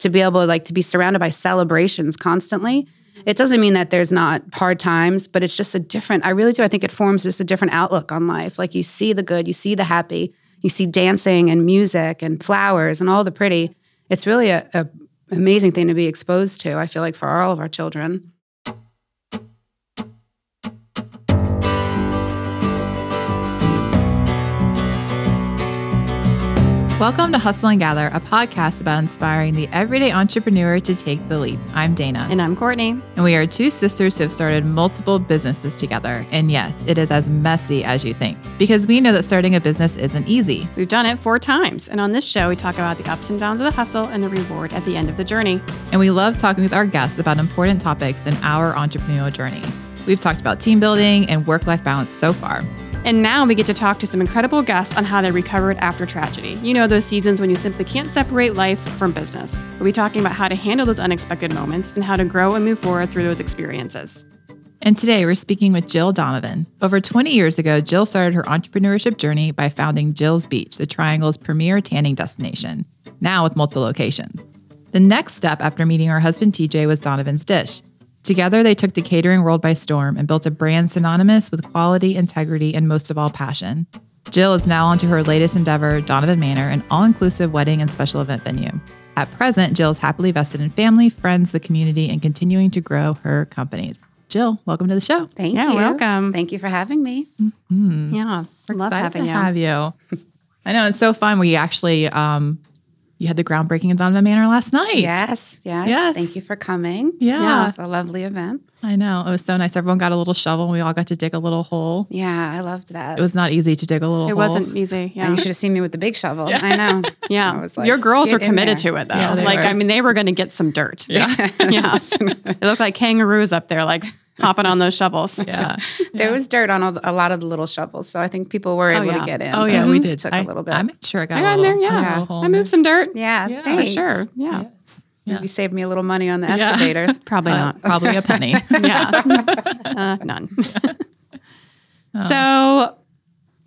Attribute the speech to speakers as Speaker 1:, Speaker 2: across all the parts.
Speaker 1: to be able like to be surrounded by celebrations constantly, it doesn't mean that there's not hard times, but it's just a different I really do I think it forms just a different outlook on life. Like you see the good, you see the happy, you see dancing and music and flowers and all the pretty. It's really a, a amazing thing to be exposed to, I feel like for all of our children.
Speaker 2: Welcome to Hustle and Gather, a podcast about inspiring the everyday entrepreneur to take the leap. I'm Dana.
Speaker 1: And I'm Courtney.
Speaker 2: And we are two sisters who have started multiple businesses together. And yes, it is as messy as you think because we know that starting a business isn't easy.
Speaker 1: We've done it four times. And on this show, we talk about the ups and downs of the hustle and the reward at the end of the journey.
Speaker 2: And we love talking with our guests about important topics in our entrepreneurial journey. We've talked about team building and work life balance so far.
Speaker 1: And now we get to talk to some incredible guests on how they recovered after tragedy. You know, those seasons when you simply can't separate life from business. We'll be talking about how to handle those unexpected moments and how to grow and move forward through those experiences.
Speaker 2: And today we're speaking with Jill Donovan. Over 20 years ago, Jill started her entrepreneurship journey by founding Jill's Beach, the Triangle's premier tanning destination, now with multiple locations. The next step after meeting her husband TJ was Donovan's Dish. Together, they took the catering world by storm and built a brand synonymous with quality, integrity, and most of all, passion. Jill is now onto her latest endeavor, Donovan Manor, an all inclusive wedding and special event venue. At present, Jill is happily vested in family, friends, the community, and continuing to grow her companies. Jill, welcome to the show.
Speaker 1: Thank
Speaker 3: Yeah,
Speaker 1: you.
Speaker 3: welcome.
Speaker 1: Thank you for having me.
Speaker 2: Mm-hmm.
Speaker 1: Yeah, love
Speaker 2: Excited
Speaker 1: having
Speaker 2: to
Speaker 1: you.
Speaker 2: have you. I know it's so fun. We actually, um, you had the groundbreaking of Donovan Manor last night.
Speaker 1: Yes, yes,
Speaker 2: Yes.
Speaker 1: Thank you for coming.
Speaker 2: Yeah.
Speaker 1: It's a lovely event.
Speaker 2: I know it was so nice. Everyone got a little shovel. and We all got to dig a little hole.
Speaker 1: Yeah, I loved that.
Speaker 2: It was not easy to dig a little.
Speaker 3: It
Speaker 2: hole.
Speaker 3: wasn't easy.
Speaker 1: and
Speaker 3: Yeah.
Speaker 1: you should have seen me with the big shovel. I know.
Speaker 3: yeah.
Speaker 1: I was like,
Speaker 3: Your girls
Speaker 1: "Get
Speaker 3: were
Speaker 1: in
Speaker 3: committed
Speaker 1: there."
Speaker 3: to it though.
Speaker 2: Yeah, they
Speaker 3: like,
Speaker 2: were.
Speaker 3: I mean, they were going to get some dirt.
Speaker 2: Yeah.
Speaker 3: yeah. It looked like kangaroos up there, like hopping on those shovels.
Speaker 2: yeah.
Speaker 1: There was dirt on all the, a lot of the little shovels, so I think people were able to
Speaker 3: yeah.
Speaker 1: get in.
Speaker 2: Oh yeah,
Speaker 1: but
Speaker 2: we
Speaker 1: it
Speaker 2: did.
Speaker 1: Mm-hmm. Took
Speaker 2: I-
Speaker 1: a little bit.
Speaker 2: I made sure I got,
Speaker 3: I
Speaker 2: a
Speaker 3: got in
Speaker 2: little,
Speaker 3: there.
Speaker 2: I got a
Speaker 3: Yeah.
Speaker 2: little hole
Speaker 3: I
Speaker 2: in
Speaker 3: moved some dirt.
Speaker 1: yeah,
Speaker 2: Yeah. For
Speaker 3: For
Speaker 1: thanks.
Speaker 3: sure. Yeah.
Speaker 2: Yes. Yeah.
Speaker 1: You saved me a little money on the
Speaker 2: Yeah.
Speaker 1: excavators.
Speaker 3: Probably
Speaker 2: Uh,
Speaker 3: not.
Speaker 2: probably a penny.
Speaker 3: yeah. Uh, none.
Speaker 1: Oh.
Speaker 3: So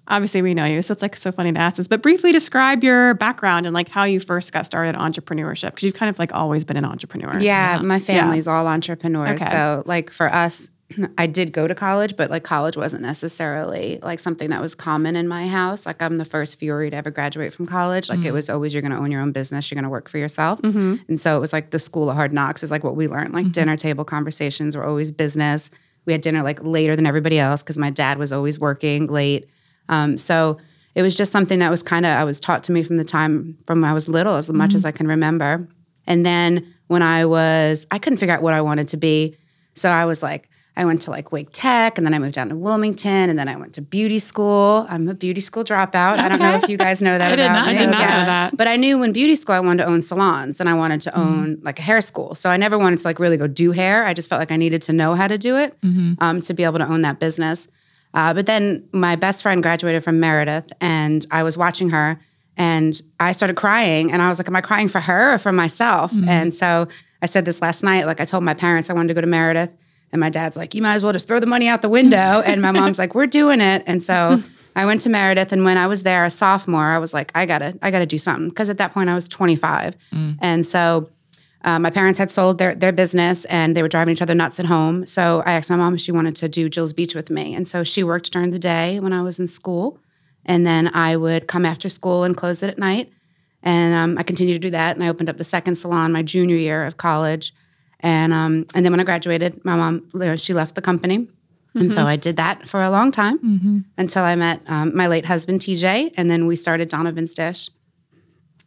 Speaker 3: obviously we know you. So it's like so funny to ask this, but briefly describe your background and like how you first got started in entrepreneurship. Cause you've kind of like always been an entrepreneur.
Speaker 1: yeah, my family's all entrepreneurs.
Speaker 3: Okay.
Speaker 1: So, like for us, I did go to college, but like college wasn't necessarily like something that was common in my house. Like I'm the first Fury to ever graduate from college. Like it was always you're going to own your own business, you're going to work for yourself. And so it was like the school of hard knocks is like what we learned. Like dinner table conversations were always business. We had dinner like later than everybody else because my dad was always working late. Um, so it was just something that was kind of I was taught to me from the time from I was little as much as I can remember. And then when I was, I couldn't figure out what I wanted to be. So I was like, I went to like Wake Tech and then I moved down to Wilmington and then I went to beauty school. I'm a beauty school dropout. I don't know if you guys know that
Speaker 2: I did
Speaker 1: about
Speaker 2: not- I
Speaker 1: me.
Speaker 2: did not
Speaker 3: know that.
Speaker 1: But I knew when beauty school I wanted to own salons and I wanted to own like a hair school. So I never wanted to like really go do hair. I just felt like I needed to know how to do it um, to be able to own that business. Uh, but then my best friend graduated from Meredith, and I was watching her, and I started crying, and I was like, "Am I crying for her or for myself?" And so I said this last night. Like I told my parents I wanted to go to Meredith, and my dad's like, "You might as well just throw the money out the window," and my mom's like, "We're doing it." And so I went to Meredith, and when I was there, a sophomore, I was like, "I gotta, I gotta do something," because at that point I was 25, and so. Uh, my parents had sold their their business and they were driving each other nuts at home. So I asked my mom if she wanted to do Jill's Beach with me. And so she worked during the day when I was in school. And then I would come after school and close it at night. And um, I continued to do that. And I opened up the second salon my junior year of college. And um, and then when I graduated, my mom you know, she left the company, and
Speaker 3: Mm-hmm.
Speaker 1: so I did that for a long time until I met um, my late husband TJ, and then we started Donovan's Dish.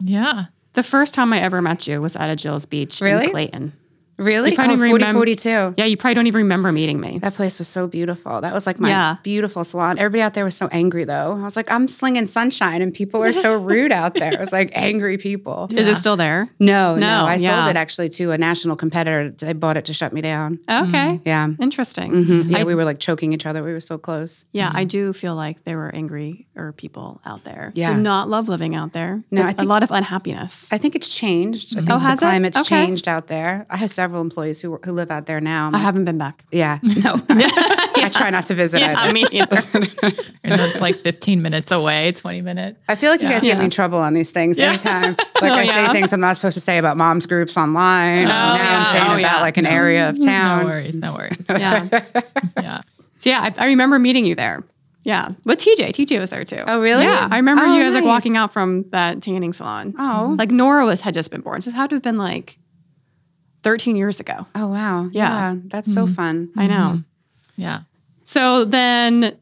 Speaker 2: yeah.
Speaker 3: The first time I ever met you was at a Jill's Beach
Speaker 1: Really?
Speaker 3: in Clayton.
Speaker 1: Really?
Speaker 3: You probably
Speaker 1: Oh, 40,
Speaker 3: remember-
Speaker 1: 42.
Speaker 3: Yeah, you probably don't even remember meeting me.
Speaker 1: That place was so beautiful. That was like my
Speaker 3: Yeah.
Speaker 1: beautiful salon. Everybody out there was so angry though. I was like, I'm slinging sunshine and people are so rude out there. It was like angry people.
Speaker 3: Is it still there?
Speaker 1: No, no,
Speaker 3: No,
Speaker 1: I
Speaker 3: yeah.
Speaker 1: sold it actually to a national competitor. They bought it to shut me down.
Speaker 3: Okay.
Speaker 1: Mm-hmm. Yeah.
Speaker 3: Interesting.
Speaker 1: Mhm. Yeah,
Speaker 3: I-
Speaker 1: we were like choking each other. We were so close.
Speaker 3: Yeah, I do feel like there were angrier people out there.
Speaker 1: Yeah.
Speaker 3: Did not love living out there.
Speaker 1: No,
Speaker 3: There-
Speaker 1: I
Speaker 3: a
Speaker 1: think-
Speaker 3: lot of unhappiness.
Speaker 1: I think it's changed. I think
Speaker 3: Oh, has it?
Speaker 1: the climate's
Speaker 3: Okay.
Speaker 1: changed out there. I have several employees who who live out there now.
Speaker 3: I haven't been back.
Speaker 1: yeah, no, I, I try not to visit.
Speaker 3: Yeah,
Speaker 1: either.
Speaker 3: I mean, you know.
Speaker 2: And that's like 15 minutes away, 20 minutes.
Speaker 1: I feel like you guys get
Speaker 3: Yeah. Oh,
Speaker 1: me in trouble on these things anytime. Like I
Speaker 3: yeah.
Speaker 1: say things I'm not supposed to say about moms groups online. Oh, now
Speaker 3: yeah.
Speaker 1: I'm saying
Speaker 3: Oh,
Speaker 1: about
Speaker 3: yeah.
Speaker 1: like an area of
Speaker 2: No
Speaker 1: town.
Speaker 2: worries, no worries.
Speaker 3: yeah.
Speaker 2: Yeah.
Speaker 3: So yeah, I, I remember meeting you there. Yeah, with TJ. TJ was there too.
Speaker 1: Oh, really?
Speaker 3: Yeah, I remember
Speaker 1: Oh,
Speaker 3: you guys like
Speaker 1: nice.
Speaker 3: walking out from that tanning salon.
Speaker 1: Oh.
Speaker 3: like Nora was had just been born, so it had to have been like thirteen years ago.
Speaker 1: Oh wow.
Speaker 3: Yeah. Mm-hmm.
Speaker 1: Yeah. That's so fun.
Speaker 3: I know.
Speaker 2: Yeah.
Speaker 3: So then,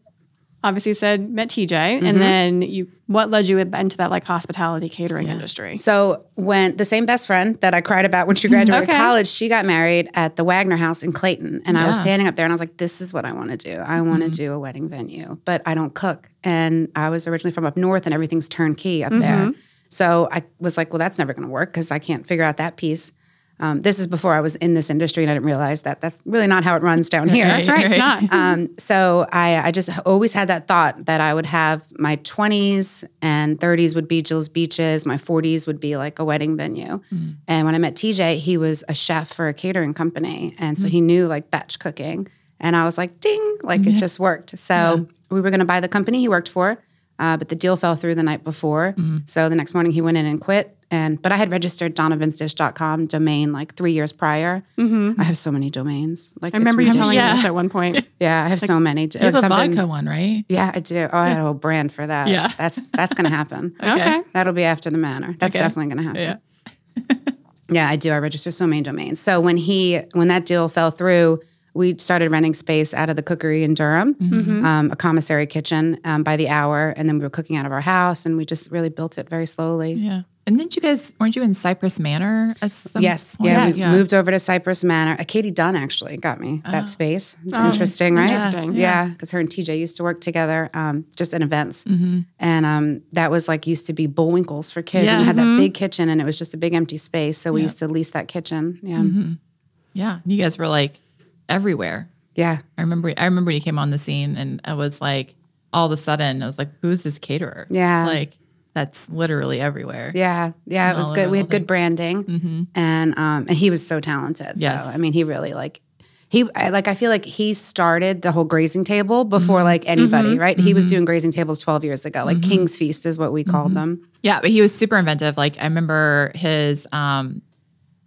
Speaker 3: obviously, you said met TJ,
Speaker 1: Mm-hmm.
Speaker 3: and then you. What led you into that like hospitality catering industry?
Speaker 1: So when the same best friend that I cried about when she graduated
Speaker 3: Mm-hmm. Okay.
Speaker 1: college, she got married at the Wagner House in Clayton, and I was
Speaker 2: Yeah.
Speaker 1: standing up there and I was like, "This is what I want to do. I want to
Speaker 3: Mm-hmm.
Speaker 1: do a wedding venue, but I don't cook." And I was originally from up north, and everything's turnkey up
Speaker 3: Mm-hmm.
Speaker 1: there. So I was like, "Well, that's never going to work because I can't figure out that piece." Um, this is before I was in this industry, and I didn't realize that that's really not how it runs down here.
Speaker 2: That's
Speaker 3: That's right. It's
Speaker 2: Right.
Speaker 3: not.
Speaker 1: Um, so I, I just always had that thought that I would have my 20s and 30s would be Jill's Beaches, my 40s would be like a wedding venue.
Speaker 3: Mm.
Speaker 1: And when I met TJ, he was a chef for a catering company, and so he
Speaker 3: Mm.
Speaker 1: knew like batch cooking. And I was like, ding, like it just worked. So we were going to buy the company he worked for, uh, but the deal fell through the night before.
Speaker 3: Mm-hmm.
Speaker 1: So the next morning he went in and quit. And but I had registered donovansdish.com domain like three years prior. I have so many domains. Like
Speaker 3: Mm-hmm. I remember you telling
Speaker 2: Yeah.
Speaker 3: us at one point.
Speaker 1: yeah, I have so many.
Speaker 2: You have a vodka one, right?
Speaker 1: Yeah, I do. Oh, I had a whole brand for that.
Speaker 2: Yeah.
Speaker 1: that's that's gonna happen.
Speaker 3: Okay.
Speaker 1: That'll be after the manor. That's
Speaker 2: Okay.
Speaker 1: definitely gonna happen.
Speaker 2: Yeah.
Speaker 1: Yeah, I do. I register so many domains. So when he when that deal fell through, we started renting space out of the cookery in Durham,
Speaker 2: Mm-hmm.
Speaker 1: um, a commissary kitchen um, by the hour, and then we were cooking out of our house, and we just really built it very slowly.
Speaker 2: Yeah. And didn't you guys, weren't you in Cypress Manor at some
Speaker 1: Yes,
Speaker 2: point?
Speaker 1: yeah, we moved over to Cypress Manor. Uh, Katie Dunn actually got me that space. It's Oh, interesting, right?
Speaker 3: interesting.
Speaker 1: yeah, because her and TJ used to work together, um, just in events, and um, that was like used to be Bullwinkles for kids, and
Speaker 2: Yeah.
Speaker 1: it had that big kitchen, and it was just a big empty space. So we used to lease that kitchen. Yeah,
Speaker 2: Yeah. You guys were like everywhere.
Speaker 1: yeah,
Speaker 2: I remember I remember when you came on the scene and I was like all of a sudden I was like, Who's this caterer?
Speaker 1: Yeah.
Speaker 2: Like that's literally everywhere.
Speaker 1: yeah, yeah. It was
Speaker 2: all
Speaker 1: good.
Speaker 2: over
Speaker 1: We
Speaker 2: the
Speaker 1: had good branding,
Speaker 3: Mm-hmm.
Speaker 1: and um, and he was so talented.
Speaker 2: Yes.
Speaker 1: So I mean, he really like. He I, like I feel like he started the whole grazing table before
Speaker 3: Mm-hmm.
Speaker 1: like anybody, right? He was doing grazing tables 12 years ago. Like King's Feast is what we
Speaker 3: Mm-hmm.
Speaker 1: called them.
Speaker 2: Yeah, but he was super inventive. Like I remember his um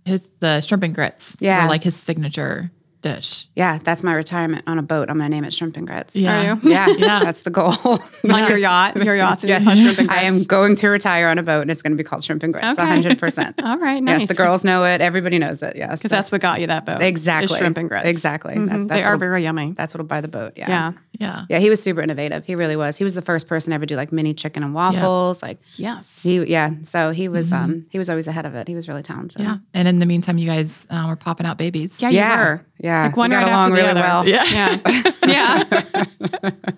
Speaker 2: his the shrimp and grits
Speaker 1: Yeah.
Speaker 2: were like his signature dish.
Speaker 1: Yeah, that's my retirement on a boat. I'm gonna name it shrimp and grits.
Speaker 2: Yeah.
Speaker 3: Are you?
Speaker 1: yeah, that's the goal.
Speaker 3: On your yacht, your yacht's in
Speaker 1: Yes.
Speaker 3: your shrimp and
Speaker 1: I am
Speaker 3: grits.
Speaker 1: going to retire on a boat, and it's gonna be called shrimp and grits.
Speaker 3: Okay.
Speaker 1: 100. percent
Speaker 3: All right, nice.
Speaker 1: Yes, the girls know it. Everybody knows it. Yes,
Speaker 3: because that's what got you that boat. is
Speaker 1: exactly
Speaker 3: shrimp and grits. Mm-hmm.
Speaker 1: Exactly. That's,
Speaker 3: They
Speaker 1: that's
Speaker 3: are
Speaker 1: what'll-
Speaker 3: very yummy.
Speaker 1: that's what'll buy the boat.
Speaker 3: Yeah.
Speaker 2: Yeah.
Speaker 1: Yeah, he was super innovative. He really was. He was the first person to ever do like mini chicken and waffles. Like
Speaker 3: Yes.
Speaker 1: he, yeah. So he was,
Speaker 3: Mm-hmm.
Speaker 1: um, he was always ahead of it. He was really talented.
Speaker 2: Yeah. And in the meantime you guys uh, were popping out babies.
Speaker 3: Yeah, you
Speaker 1: yeah,
Speaker 3: were.
Speaker 1: yeah.
Speaker 3: Like one
Speaker 1: we got
Speaker 3: right
Speaker 1: along
Speaker 3: after the
Speaker 1: really
Speaker 3: other.
Speaker 1: well.
Speaker 2: Yeah.
Speaker 3: Yeah. yeah.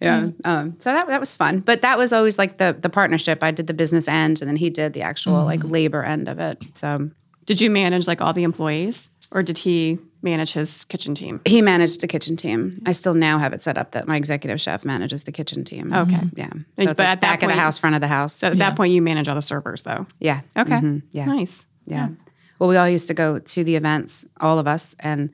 Speaker 1: yeah. Um, so that that was fun, but that was always like the the partnership. I did the business end, and then he did the actual
Speaker 3: Mm.
Speaker 1: like labor end of it. So
Speaker 3: Did you manage like all the employees or did he manage his kitchen team?
Speaker 1: he managed the kitchen team. I still now have it set up that my executive chef manages the kitchen team.
Speaker 3: Okay.
Speaker 1: Yeah. So it's like
Speaker 3: But at that
Speaker 1: back of
Speaker 3: point-
Speaker 1: the house, front of the house.
Speaker 3: So at that point, you manage all the servers though.
Speaker 1: yeah.
Speaker 3: Okay.
Speaker 1: Mhm. Yeah.
Speaker 3: Nice.
Speaker 1: Yeah. Well, we all used to go to the events, all of us, and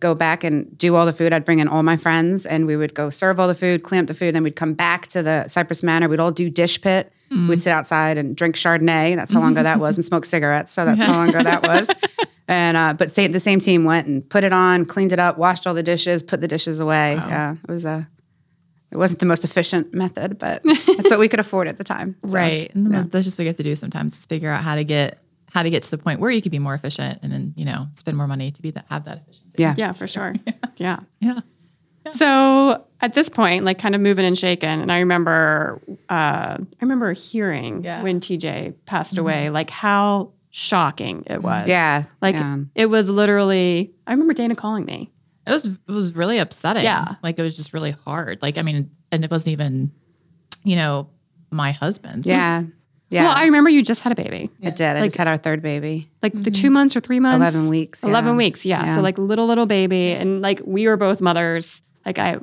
Speaker 1: go back and do all the food. I'd bring in all my friends and we would go serve all the food, clean up the food. Then we'd come back to the Cypress Manor. We'd all do dish pit. We'd sit outside and drink Chardonnay. That's how long ago that was and smoke cigarettes. So that's how long ago that was. And, uh, but same, the same team went and put it on, cleaned it up, washed all the dishes, put the dishes away. Yeah. It was a, it wasn't the most efficient method, but that's what we could afford at the time. So,
Speaker 2: Right. And that's just what you have to do sometimes is figure out how to get how to get to the point where you could be more efficient and then, you know, spend more money to be that have that efficiency.
Speaker 1: Yeah.
Speaker 3: Yeah, for sure. yeah.
Speaker 2: Yeah.
Speaker 3: So at this point, like kind of moving and shaking, and I remember, uh, I remember hearing
Speaker 2: Yeah.
Speaker 3: when TJ passed away, like how shocking it was.
Speaker 1: Yeah.
Speaker 3: Like hmm.
Speaker 1: yeah.
Speaker 3: it was literally I remember Dana calling me.
Speaker 2: It was it was really upsetting.
Speaker 3: Yeah.
Speaker 2: Like it was just really hard. Like I mean, and it wasn't even, you know, my husband.
Speaker 1: Yeah. Yeah.
Speaker 3: Well, I remember you just had a baby.
Speaker 1: I did. I
Speaker 3: Like-
Speaker 1: just had our third baby.
Speaker 3: Like the two months or three months.
Speaker 1: 11 weeks. yeah.
Speaker 3: 11 weeks yeah.
Speaker 1: Yeah.
Speaker 3: so like little little baby and like we were both mothers like i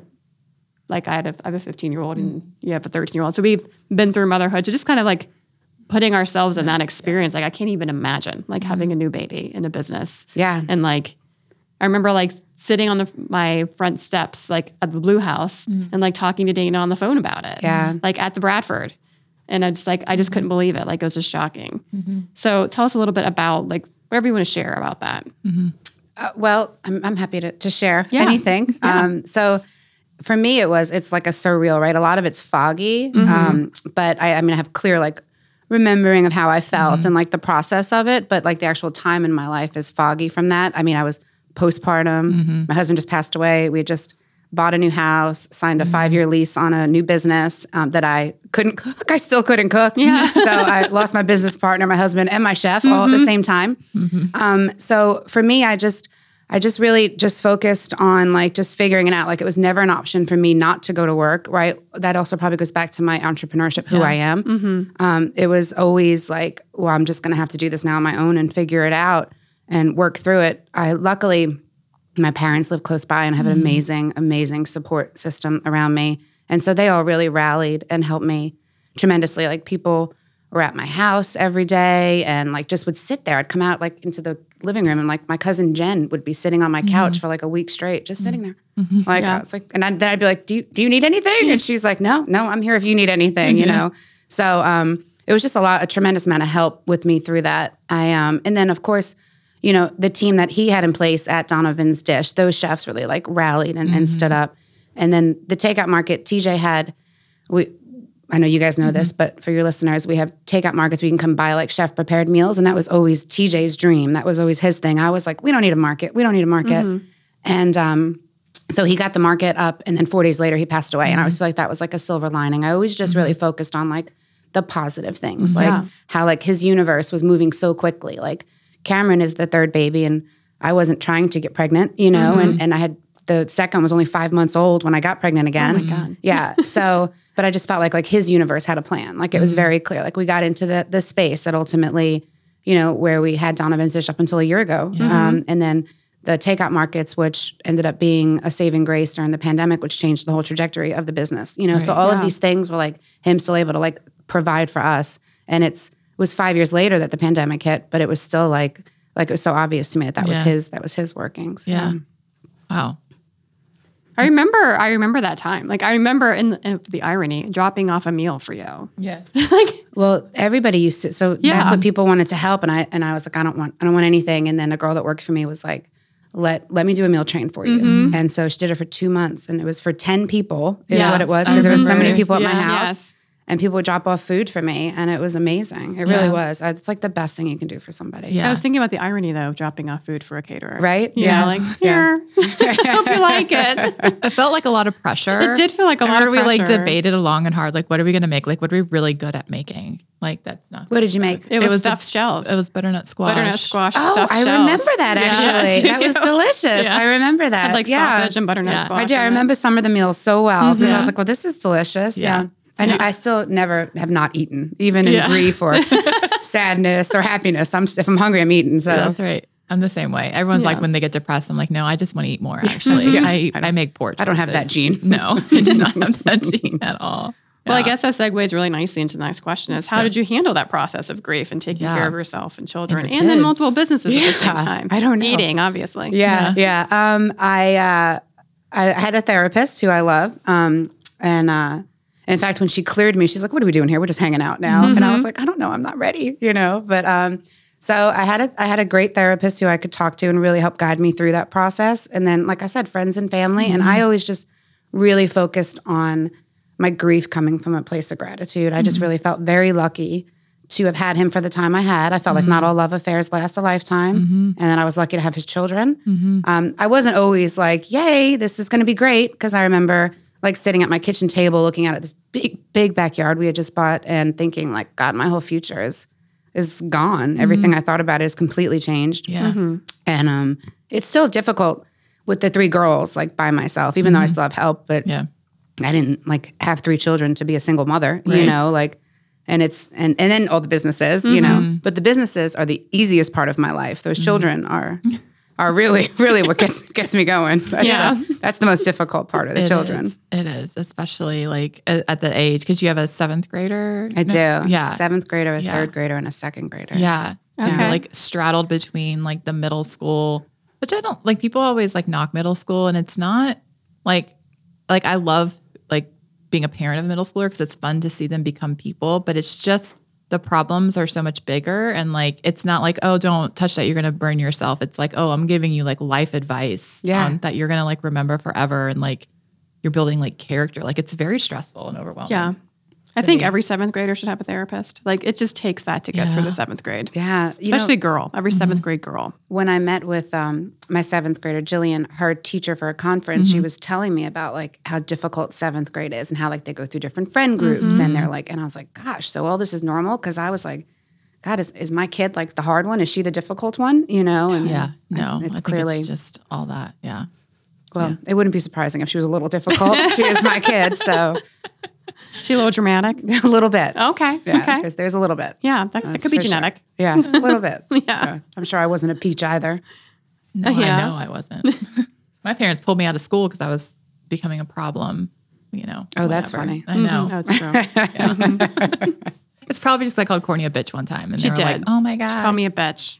Speaker 3: like i had a, I have a 15 year old and you have a 13 year old so we've been through motherhood so just kind of like putting ourselves in that experience like i can't even imagine like
Speaker 1: Mm-hmm.
Speaker 3: having a new baby in a business
Speaker 1: Yeah.
Speaker 3: and like i remember like sitting on the my front steps like at the blue house and like talking to dana on the phone about it
Speaker 1: Mm-hmm. Yeah. Mm-hmm.
Speaker 3: like at the bradford and i just like i just couldn't believe it like it was just shocking so tell us a little bit about like whatever you want to share about that
Speaker 1: Uh, well, I'm, I'm happy to, to share
Speaker 3: Yeah.
Speaker 1: anything. Um, so for me, it was, it's like a surreal, right? A lot of it's foggy.
Speaker 3: Mm-hmm.
Speaker 1: Um, but I, I mean, I have clear, like, remembering of how I felt
Speaker 3: Mm-hmm.
Speaker 1: and like the process of it. But like the actual time in my life is foggy from that. I mean, I was postpartum. My husband just passed away. We had just bought a new house, signed a five year lease on a new business um, that I couldn't cook. I still couldn't cook. Yeah. so I lost my business partner, my husband, and my chef all at the same time. Um, so for me, I just, I just really just focused on like just figuring it out. Like it was never an option for me not to go to work, right? That also probably goes back to my entrepreneurship, who I am. Um, it was always like, well, I'm just going to have to do this now on my own and figure it out and work through it. I luckily, my parents live close by and have an amazing, amazing support system around me. And so they all really rallied and helped me tremendously. Like people were at my house every day and like just would sit there. I'd come out like into the living room and like my cousin Jen would be sitting on my couch for like a week straight, just sitting there. Like I was like, and I, then I'd be like, do you, do you need anything? And she's like, no, no, I'm here if you need anything, you know? So, um, it was just a lot, a tremendous amount of help with me through that. I, um, and then of course, you know, the team that he had in place at Donovan's Dish, those chefs really like rallied and, and stood up. And then the takeout market, TJ had, we, I know you guys know this, but for your listeners, we have takeout markets. We can come buy like chef prepared meals. And that was always TJ's dream. That was always his thing. I was like, we don't need a market. We don't need a market. And um, so he got the market up. And then four days later, he passed away. And I always feel like that was like a silver lining. I always just really focused on like the positive things, like how like his universe was moving so quickly. Like Cameron is the third baby, and I wasn't trying to get pregnant, you know,
Speaker 3: Mm-hmm.
Speaker 1: and, and I had the second was only five months old when I got pregnant again.
Speaker 3: Oh my God.
Speaker 1: Yeah. So, but I just felt like like his universe had a plan. Like it was
Speaker 3: Mm-hmm.
Speaker 1: very clear. Like we got into the the space that ultimately, you know, where we had Donovan's dish up until a year ago,
Speaker 3: Mm-hmm.
Speaker 1: um, and then the takeout markets, which ended up being a saving grace during the pandemic, which changed the whole trajectory of the business. You know, so all of these things were like him still able to like provide for us, and it's it was five years later that the pandemic hit, but it was still like like it was so obvious to me that that was
Speaker 2: Yeah.
Speaker 1: his that was his workings. Um,
Speaker 2: Yeah. Wow.
Speaker 3: I remember, I remember that time. Like I remember, in, in the irony, dropping off a meal for you.
Speaker 2: Yes.
Speaker 3: like
Speaker 1: Well, everybody used to. So
Speaker 3: Yeah.
Speaker 1: that's what people wanted to help, and I and I was like, I don't want, I don't want anything. And then a girl that worked for me was like, let let me do a meal train for you.
Speaker 3: Mm-hmm.
Speaker 1: And so she did it for two months, and it was for ten people is
Speaker 2: Yes,
Speaker 1: what it was
Speaker 2: I
Speaker 1: because there were so many
Speaker 2: remember.
Speaker 1: people at my
Speaker 3: Yeah.
Speaker 1: house,
Speaker 3: Yes.
Speaker 1: and people would drop off food for me, and it was amazing. It really
Speaker 2: Yeah.
Speaker 1: was. It's like the best thing you can do for somebody.
Speaker 2: Yeah.
Speaker 3: I was thinking about the irony though of dropping off food for a caterer,
Speaker 1: Right?
Speaker 3: yeah,
Speaker 1: Yeah.
Speaker 3: like here, hope you like it.
Speaker 2: It felt like a lot of pressure.
Speaker 3: It did feel like a
Speaker 2: I
Speaker 3: lot of
Speaker 2: remember we like
Speaker 3: pressure.
Speaker 2: debated along and hard, like, what are we gonna make? Like, what are we really good at making? Like, that's not.
Speaker 1: What did you make?
Speaker 3: It was,
Speaker 2: was
Speaker 3: stuffed shells.
Speaker 2: It was butternut squash.
Speaker 3: butternut squash
Speaker 1: Oh,
Speaker 3: stuffed
Speaker 1: I
Speaker 3: shells.
Speaker 1: remember that actually.
Speaker 2: Yeah.
Speaker 1: That was delicious.
Speaker 2: Yeah.
Speaker 1: I remember that.
Speaker 3: Had, like
Speaker 1: yeah.
Speaker 3: sausage and butternut
Speaker 2: Yeah. I
Speaker 3: squash.
Speaker 1: I did.
Speaker 3: in
Speaker 1: I
Speaker 3: it.
Speaker 1: remember some of the meals so well because I
Speaker 2: Yeah.
Speaker 1: was like, well, this is delicious.
Speaker 2: Yeah.
Speaker 1: Yeah. I know I still never have not eaten, even in
Speaker 2: Yeah.
Speaker 1: grief or sadness or happiness. I'm if I'm hungry, I'm eating. So
Speaker 2: Yeah, that's right. I'm the same way. Everyone's like,
Speaker 3: Yeah.
Speaker 2: when they get depressed, I'm like, no, I just want to eat more. Actually, I, I make poor.
Speaker 1: I don't have that
Speaker 2: choices.
Speaker 1: gene.
Speaker 2: No, I do not have that gene at all.
Speaker 3: Well, I
Speaker 2: Yeah.
Speaker 3: guess that segues really nicely into the next question: is how did you handle that process of grief and taking
Speaker 2: Yeah.
Speaker 3: care of yourself and children, and,
Speaker 2: your
Speaker 3: then
Speaker 2: kids.
Speaker 3: multiple businesses at the same
Speaker 1: Yeah.
Speaker 3: time?
Speaker 1: I don't know.
Speaker 3: Eating, obviously.
Speaker 1: Yeah, yeah. Um, I uh, I had a therapist who I love, um, and uh, in fact, when she cleared me, she's like, "What are we doing here? We're just hanging out now." And I was like, "I don't know. I'm not ready," you know. But um, so I had a I had a great therapist who I could talk to and really help guide me through that process. And then, like I said, friends and family, and I always just really focused on my grief coming from a place of gratitude. I just really felt very lucky to have had him for the time I had. I felt like not all love affairs last a lifetime. And then I was lucky to have his children. Um, I wasn't always like, yay, this is going to be great. Cause I remember like sitting at my kitchen table looking out at this big, big backyard we had just bought and thinking, like, God, my whole future is is gone. Everything I thought about is completely changed.
Speaker 2: Yeah.
Speaker 1: And um, it's still difficult with the three girls, like by myself, even though I still have help. But
Speaker 2: Yeah.
Speaker 1: I didn't like have three children to be a single mother,
Speaker 2: Right.
Speaker 1: you know, like, and it's, and, and then all the businesses, you
Speaker 2: Mm-hmm.
Speaker 1: know, but the businesses are the easiest part of my life. Those children are, are really, really what gets, gets me going. That's
Speaker 2: Yeah.
Speaker 1: The, that's the most difficult part of the
Speaker 2: It
Speaker 1: children.
Speaker 2: is. It is, especially like a- at the age because you have a seventh grader.
Speaker 1: I do.
Speaker 2: Yeah.
Speaker 1: Seventh grader, a
Speaker 2: Yeah.
Speaker 1: third grader, and a second grader.
Speaker 2: Yeah. So you're
Speaker 3: Okay.
Speaker 2: like straddled between like the middle school, which I don't like people always like knock middle school and it's not like like I love like being a parent of a middle schooler because it's fun to see them become people, but it's just the problems are so much bigger and like it's not like oh don't touch that you're going to burn yourself. It's like oh I'm giving you like life advice um,
Speaker 1: Yeah.
Speaker 2: that you're going to like remember forever and like you're building like character. Like it's very stressful and overwhelming.
Speaker 3: Yeah. I think every seventh grader should have a therapist. Like it just takes that to get through
Speaker 2: Yeah.
Speaker 3: the seventh grade.
Speaker 1: Yeah. You know-
Speaker 3: Especially girl, every 7th grade girl.
Speaker 1: when I met with um, my seventh grader, Jillian, her teacher for a conference,
Speaker 3: Mm-hmm.
Speaker 1: she was telling me about like how difficult seventh grade is and how like they go through different friend groups
Speaker 3: Mm-hmm.
Speaker 1: and they're like, and I was like, gosh, so all this is normal because I was like, God, is, is my kid like the hard one? Is she the difficult one? You know? And
Speaker 2: Yeah. No.
Speaker 1: it's
Speaker 2: I think
Speaker 1: clearly-
Speaker 2: it's just all that. Yeah.
Speaker 1: well, it wouldn't be surprising if she was a little difficult. she is my kid, so
Speaker 3: She a little dramatic.
Speaker 1: a little bit.
Speaker 3: Okay.
Speaker 1: yeah,
Speaker 3: Oh, okay.
Speaker 1: There's, there's a little bit.
Speaker 3: Yeah. That, that
Speaker 1: That's
Speaker 3: could be
Speaker 1: for sure.
Speaker 3: genetic.
Speaker 1: Yeah, a little bit. yeah.
Speaker 3: Yeah.
Speaker 1: I'm sure I wasn't a peach either.
Speaker 2: No,
Speaker 3: Yeah.
Speaker 2: I know I wasn't. My parents pulled me out of school because I was becoming a problem. You know.
Speaker 1: Oh, that's
Speaker 2: whatever.
Speaker 1: funny.
Speaker 2: I know.
Speaker 3: Mm-hmm. No, it's true. she
Speaker 2: It's probably just 'cause I called Courtney a bitch one time, and they were
Speaker 3: did.
Speaker 2: like, "Oh my god,
Speaker 3: Call me a bitch.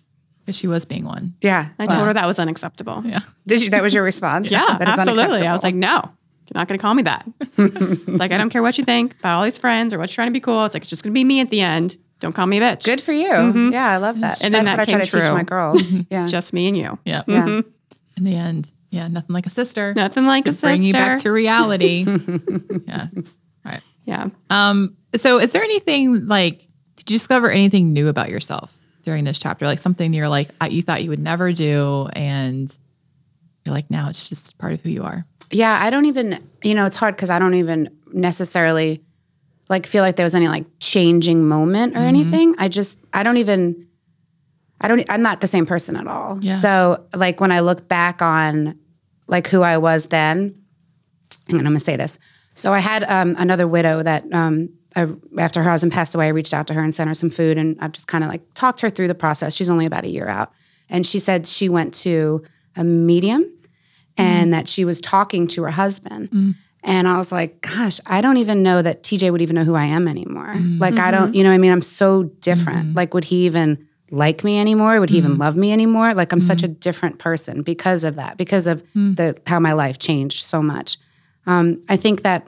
Speaker 2: She was being one.
Speaker 1: Yeah.
Speaker 3: I told her that was unacceptable.
Speaker 2: Yeah.
Speaker 1: Did you? That was your response?
Speaker 3: Yeah,
Speaker 1: That is
Speaker 3: absolutely. I was
Speaker 1: unacceptable.
Speaker 3: like, no, you're not going to call me that. it's like, I don't care what you think about all these friends or what you're trying to be cool. It's like, it's just going to be me at the end. Don't call me a bitch.
Speaker 1: Good for you. Yeah, I love that.
Speaker 3: Mm-hmm. And then
Speaker 1: That's what
Speaker 3: that
Speaker 1: I try
Speaker 3: came
Speaker 1: to teach
Speaker 3: true.
Speaker 1: my girls. Yeah.
Speaker 3: It's just me and you.
Speaker 2: Yeah. Mm-hmm.
Speaker 1: yeah.
Speaker 2: In the end, yeah, nothing like a sister.
Speaker 3: Nothing like a
Speaker 2: To
Speaker 3: sister.
Speaker 2: Bring you back to reality. yes. All right.
Speaker 3: yeah.
Speaker 2: Um. So, is there anything like? Did you discover anything new about yourself during this chapter? Like something you're like I, you thought you would never do, and you're like now it's just part of who you are.
Speaker 1: Yeah, I don't even, you know, it's hard because I don't even necessarily like feel like there was any like changing moment or anything. I just, I don't even, I don't, I'm not the same person at all.
Speaker 2: Yeah.
Speaker 1: So, like, when I look back on like who I was then, and I'm going to say this. So I had um, another widow that um, I, after her husband passed away, I reached out to her and sent her some food, and I've just kind of like talked her through the process. She's only about a year out, and she said she went to a medium, and that she was talking to her husband. And I was like, gosh, I don't even know that TJ would even know who I am anymore. Like, I don't, you know, what I mean, I'm so different. Like, would he even like me anymore? Would he even love me anymore? Like, I'm such a different person because of that, because of the how my life changed so much. Um, I think that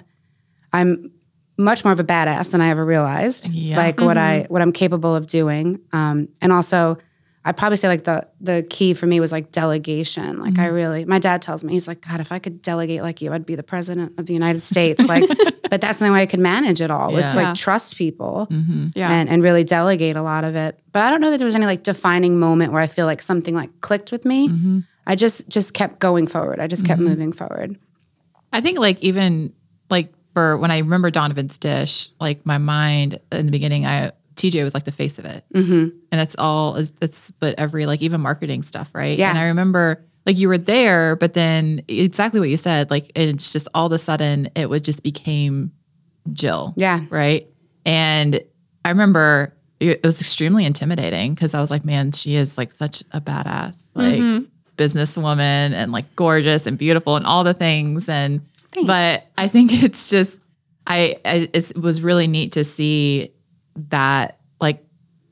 Speaker 1: I'm much more of a badass than I ever realized.
Speaker 2: Yeah. Mm-hmm.
Speaker 1: Like what I what I'm capable of doing. Um, and also, I probably say like the the key for me was like delegation. Like
Speaker 2: Mm-hmm.
Speaker 1: I really, my dad tells me he's like, God, if I could delegate like you, I'd be the president of the United States. Like, but that's the only way I could manage it all was to,
Speaker 3: Yeah.
Speaker 1: like trust people
Speaker 2: Mm-hmm.
Speaker 3: Yeah.
Speaker 1: and and really delegate a lot of it. But I don't know that there was any like defining moment where I feel like something like clicked with me.
Speaker 2: Mm-hmm.
Speaker 1: I just just kept going forward. I just kept moving forward.
Speaker 2: I think like even like for when I remember Donovan's dish, like my mind in the beginning, I TJ was like the face of it, mm-hmm. and that's all. is- That's but every like even marketing stuff, right?
Speaker 1: Yeah.
Speaker 2: And I remember like you were there, but then exactly what you said, like it's just all of a sudden it would just became Jill,
Speaker 1: Yeah.
Speaker 2: right. And I remember it was extremely intimidating because I was like, man, she is like such a badass, like
Speaker 1: Mm-hmm.
Speaker 2: businesswoman and like gorgeous and beautiful and all the things. And but I think it's just I, I it was really neat to see that like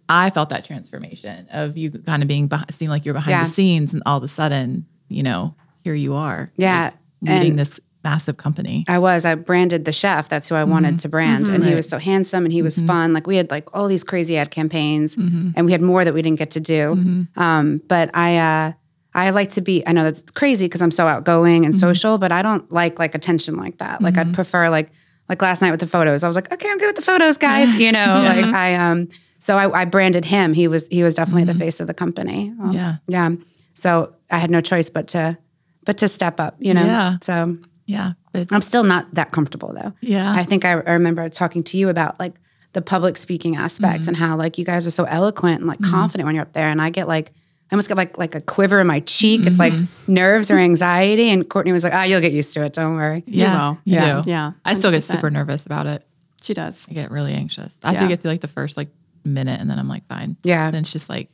Speaker 2: I felt that transformation of you kind of being behind, seem like you're behind
Speaker 1: Yeah.
Speaker 2: the scenes and all of a sudden, you know, here you are.
Speaker 1: Yeah.
Speaker 2: like, leading
Speaker 1: And-
Speaker 2: this massive company.
Speaker 1: I was. I branded the chef. That's who I
Speaker 2: Mm-hmm.
Speaker 1: wanted to brand. And he was so handsome and he was fun. Like we had like all these crazy ad campaigns
Speaker 2: Mm-hmm.
Speaker 1: and we had more that we didn't get to do. Um, but I uh I like to be I know that's crazy because I'm so outgoing
Speaker 2: Mm-hmm.
Speaker 1: and social, but I don't like like attention like that. Like I'd prefer like like last night with the photos. I was like, okay, I'm good with the photos, guys. You know, like I um so I, I branded him. He was he was definitely the face of the company. Um,
Speaker 2: Mm-hmm. Yeah.
Speaker 1: Yeah. So I had no choice but to but to step up, you know.
Speaker 2: Yeah.
Speaker 1: So
Speaker 2: Yeah. But
Speaker 1: I'm still not that comfortable though.
Speaker 2: yeah.
Speaker 1: I think I, I remember talking to you about like the public speaking aspect and how like you guys are so eloquent and like confident when you're up there. And I get like I almost get like like a quiver in my cheek. It's like nerves or anxiety. And Courtney was like, "Ah, you'll get used to it. Don't worry."
Speaker 2: Yeah,
Speaker 3: will.
Speaker 2: you
Speaker 1: Yeah.
Speaker 2: do.
Speaker 3: Yeah,
Speaker 2: I still get
Speaker 3: 100%.
Speaker 2: super nervous about it.
Speaker 3: She does.
Speaker 2: I get really anxious. I have to
Speaker 3: Yeah.
Speaker 2: get through like the first like minute, and then I'm like fine.
Speaker 1: Yeah.
Speaker 2: then it's just like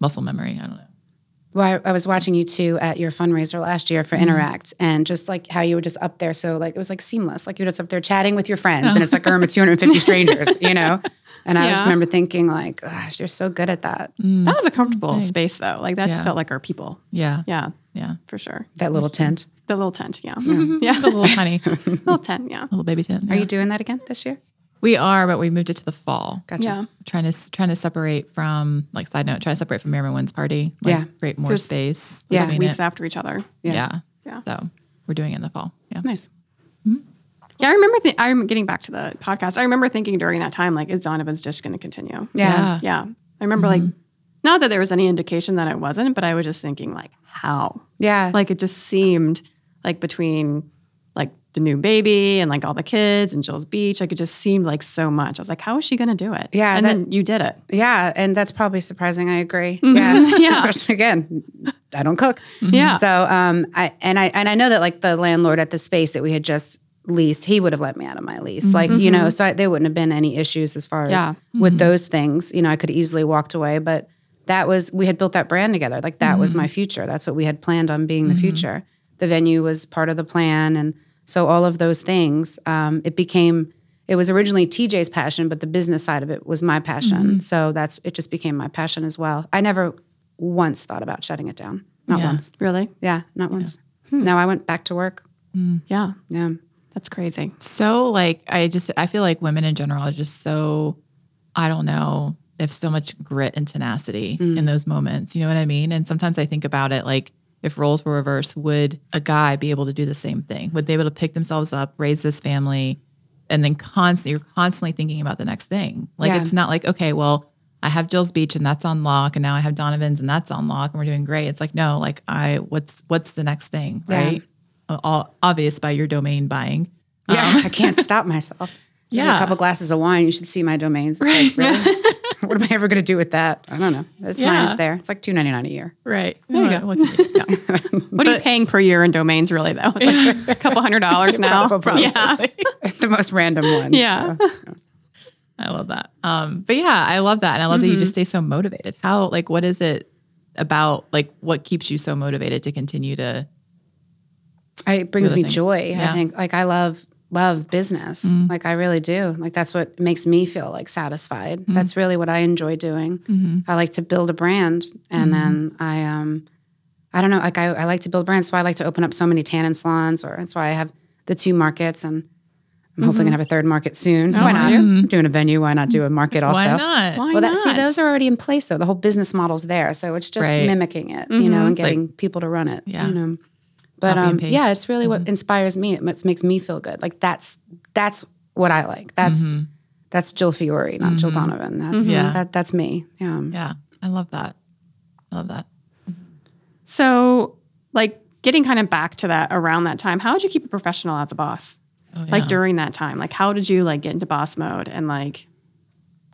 Speaker 2: muscle memory. I don't know.
Speaker 1: Well, I, I was watching you two at your fundraiser last year for Interact, and just like how you were just up there, so like it was like seamless, like you're just up there chatting with your friends, and it's like a room of 250 strangers, you know. And I just
Speaker 3: Yeah.
Speaker 1: remember thinking, like, gosh, you're so good at that.
Speaker 3: That was a comfortable space though. Like that
Speaker 2: Yeah.
Speaker 3: felt like our people.
Speaker 2: Yeah,
Speaker 3: Yeah,
Speaker 2: yeah.
Speaker 3: for sure.
Speaker 1: That little tent.
Speaker 3: The little tent. Yeah. Yeah.
Speaker 2: A little tiny,
Speaker 3: little tent. Yeah.
Speaker 2: little baby tent.
Speaker 1: Are
Speaker 2: yeah.
Speaker 1: you doing that again this year?
Speaker 2: we are, but we moved it to the fall.
Speaker 1: Gotcha.
Speaker 3: Yeah.
Speaker 2: Trying to s- trying to separate from like side note, trying to separate from Merriman Wynn's party. Like,
Speaker 1: Yeah.
Speaker 2: create more
Speaker 3: There's-
Speaker 2: space.
Speaker 1: Yeah.
Speaker 2: between
Speaker 3: Weeks
Speaker 2: it.
Speaker 3: after each other.
Speaker 2: yeah.
Speaker 1: Yeah.
Speaker 2: yeah,
Speaker 3: Yeah.
Speaker 2: So we're doing it in the fall. Yeah,
Speaker 1: Nice.
Speaker 3: Yeah, I remember. Th- I'm getting back to the podcast. I remember thinking during that time, like, is Donovan's dish going to continue?
Speaker 1: Yeah.
Speaker 3: yeah. I remember like, not that there was any indication that it wasn't, but I was just thinking like, how?
Speaker 1: Yeah.
Speaker 3: Like it just seemed like between like the new baby and like all the kids and Jill's beach, like it just seemed like so much. I was like, how is she going to do it?
Speaker 1: Yeah,
Speaker 3: and
Speaker 1: that-
Speaker 3: then you did it.
Speaker 1: yeah. And that's probably surprising. I agree. Mm-hmm. Yeah.
Speaker 3: Yeah.
Speaker 1: Especially again, I don't cook.
Speaker 3: Yeah.
Speaker 1: So um I and I and I know that like the landlord at the space that we had just leased, he would have let me out of my lease. Like, you know, so I, there wouldn't have been any issues as far as
Speaker 3: Yeah.
Speaker 1: with those things. You know, I could easily walked away, but that was we had built that brand together. Like that was my future. That's what we had planned on being the future. The venue was part of the plan and so all of those things um it became it was originally TJ's passion, but the business side of it was my passion. So that's it just became my passion as well. I never once thought about shutting it down. Not
Speaker 2: Yeah.
Speaker 1: once.
Speaker 3: Really?
Speaker 1: Yeah, not once. No, I went back to work.
Speaker 3: Yeah.
Speaker 1: Yeah.
Speaker 3: That's crazy.
Speaker 2: so like I just I feel like women in general are just so I don't know they have so much grit and tenacity
Speaker 1: Mm.
Speaker 2: in those moments. You know what I mean? And sometimes I think about it like if roles were reversed, would a guy be able to do the same thing? Would they be able to pick themselves up, raise this family, and then constantly you're constantly thinking about the next thing. Like
Speaker 1: Yeah.
Speaker 2: it's not like okay, well I have Jill's Beach and that's on lock, and now I have Donovan's and that's on lock, and we're doing great. It's like no, like I what's what's the next thing,
Speaker 1: Yeah.
Speaker 2: right? All obvious by your domain buying.
Speaker 1: Yeah. Um, I can't stop myself. There's
Speaker 2: Yeah.
Speaker 1: A couple glasses of wine. You should see my domains. It's like, really? what am I ever going to do with that? I don't know. It's mine.
Speaker 2: Yeah.
Speaker 1: It's there. It's like two ninety nine a year.
Speaker 2: Right. There you go. yeah.
Speaker 3: What are you paying per year in domains really though? Like a couple hundred dollars now.
Speaker 1: Probably.
Speaker 3: Yeah.
Speaker 1: the most random ones.
Speaker 3: Yeah.
Speaker 1: So,
Speaker 2: I love that. Um, but yeah, I love that. And I love that you just stay so motivated. How, like, what is it about, like, what keeps you so motivated to continue to?
Speaker 1: I- it brings
Speaker 2: Other
Speaker 1: me
Speaker 2: things.
Speaker 1: joy.
Speaker 2: Yeah. Mm-hmm.
Speaker 1: I think like I love love business. Like I really do. Like that's what makes me feel like satisfied.
Speaker 2: Mm-hmm.
Speaker 1: That's really what I enjoy doing. I like to build a brand and
Speaker 2: Mm-hmm.
Speaker 1: then I um I don't know, like I, I like to build brands, so I like to open up so many tannin salons or that's why I have the two markets and I'm hopefully gonna
Speaker 2: Mm-hmm.
Speaker 1: have a third market soon. why not? I'm doing a venue, why not do a market also?
Speaker 2: Oh, Why not?
Speaker 3: Why
Speaker 1: well, that, see,
Speaker 3: not?
Speaker 1: those are already in place, though. The whole business model's there, so it's just
Speaker 2: Right. Mm-hmm.
Speaker 1: mimicking it, you know, and getting people to run it.
Speaker 2: Yeah.
Speaker 1: You know, but
Speaker 2: Copy and
Speaker 1: um, yeah,
Speaker 2: paste. Mm-hmm.
Speaker 1: it's really what inspires me. It makes makes me feel good. Like that's that's what I like. That's that's Jill Fiore, not Jill Donovan. That's
Speaker 2: Mm-hmm. Yeah.
Speaker 1: that that's me. Yeah.
Speaker 2: Yeah. I love that. I love that.
Speaker 3: So, like getting kind of back to that around that time, how did you keep it professional as a boss?
Speaker 2: Oh,
Speaker 3: Like during that time, like how did you like get into boss mode and like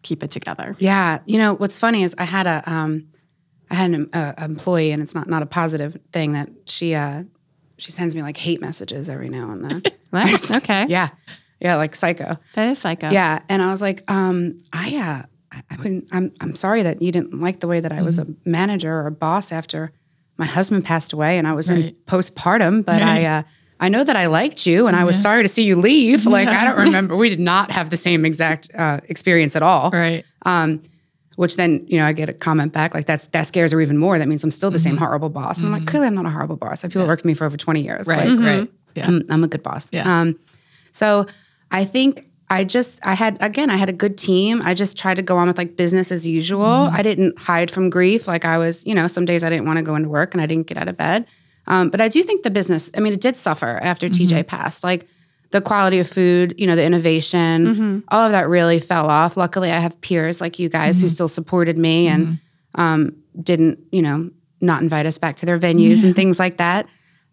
Speaker 3: keep it together?
Speaker 1: Yeah, you know what's funny is I had a um, I had an uh, employee, and it's not not a positive thing that she uh, she sends me like hate messages every now and then.
Speaker 3: What? okay,
Speaker 1: yeah, yeah, like psycho.
Speaker 3: that is psycho.
Speaker 1: Yeah, and I was like, um, I, uh, I, I wouldn't. I'm, I'm sorry that you didn't like the way that I was a
Speaker 2: Mm-hmm.
Speaker 1: manager or a boss after my husband passed away and I was in postpartum. But I, uh, I know that I liked you, and I was sorry to see you leave. Like I don't remember. We did not have the same exact uh, experience at all.
Speaker 2: Right.
Speaker 1: Which then, you know, I get a comment back like that's that scares her even more. That means I'm still the same
Speaker 2: Mm-hmm.
Speaker 1: horrible boss. And I'm like, clearly I'm not a horrible boss. I have people that worked for me for over 20 years.
Speaker 2: Right.
Speaker 1: Like,
Speaker 2: Right. Yeah.
Speaker 1: I'm, I'm a good boss.
Speaker 2: Yeah.
Speaker 1: Um, so I think I just I had again I had a good team. I just tried to go on with like business as usual. I didn't hide from grief. Like I was, you know, some days I didn't want to go into work and I didn't get out of bed. Um, but I do think the business. I mean, it did suffer after TJ passed. Like the quality of food, you know, the innovation, all of that really fell off. Luckily, I have peers like you guys who still supported me um, and didn't, you know, not invite us back to their venues and things like that.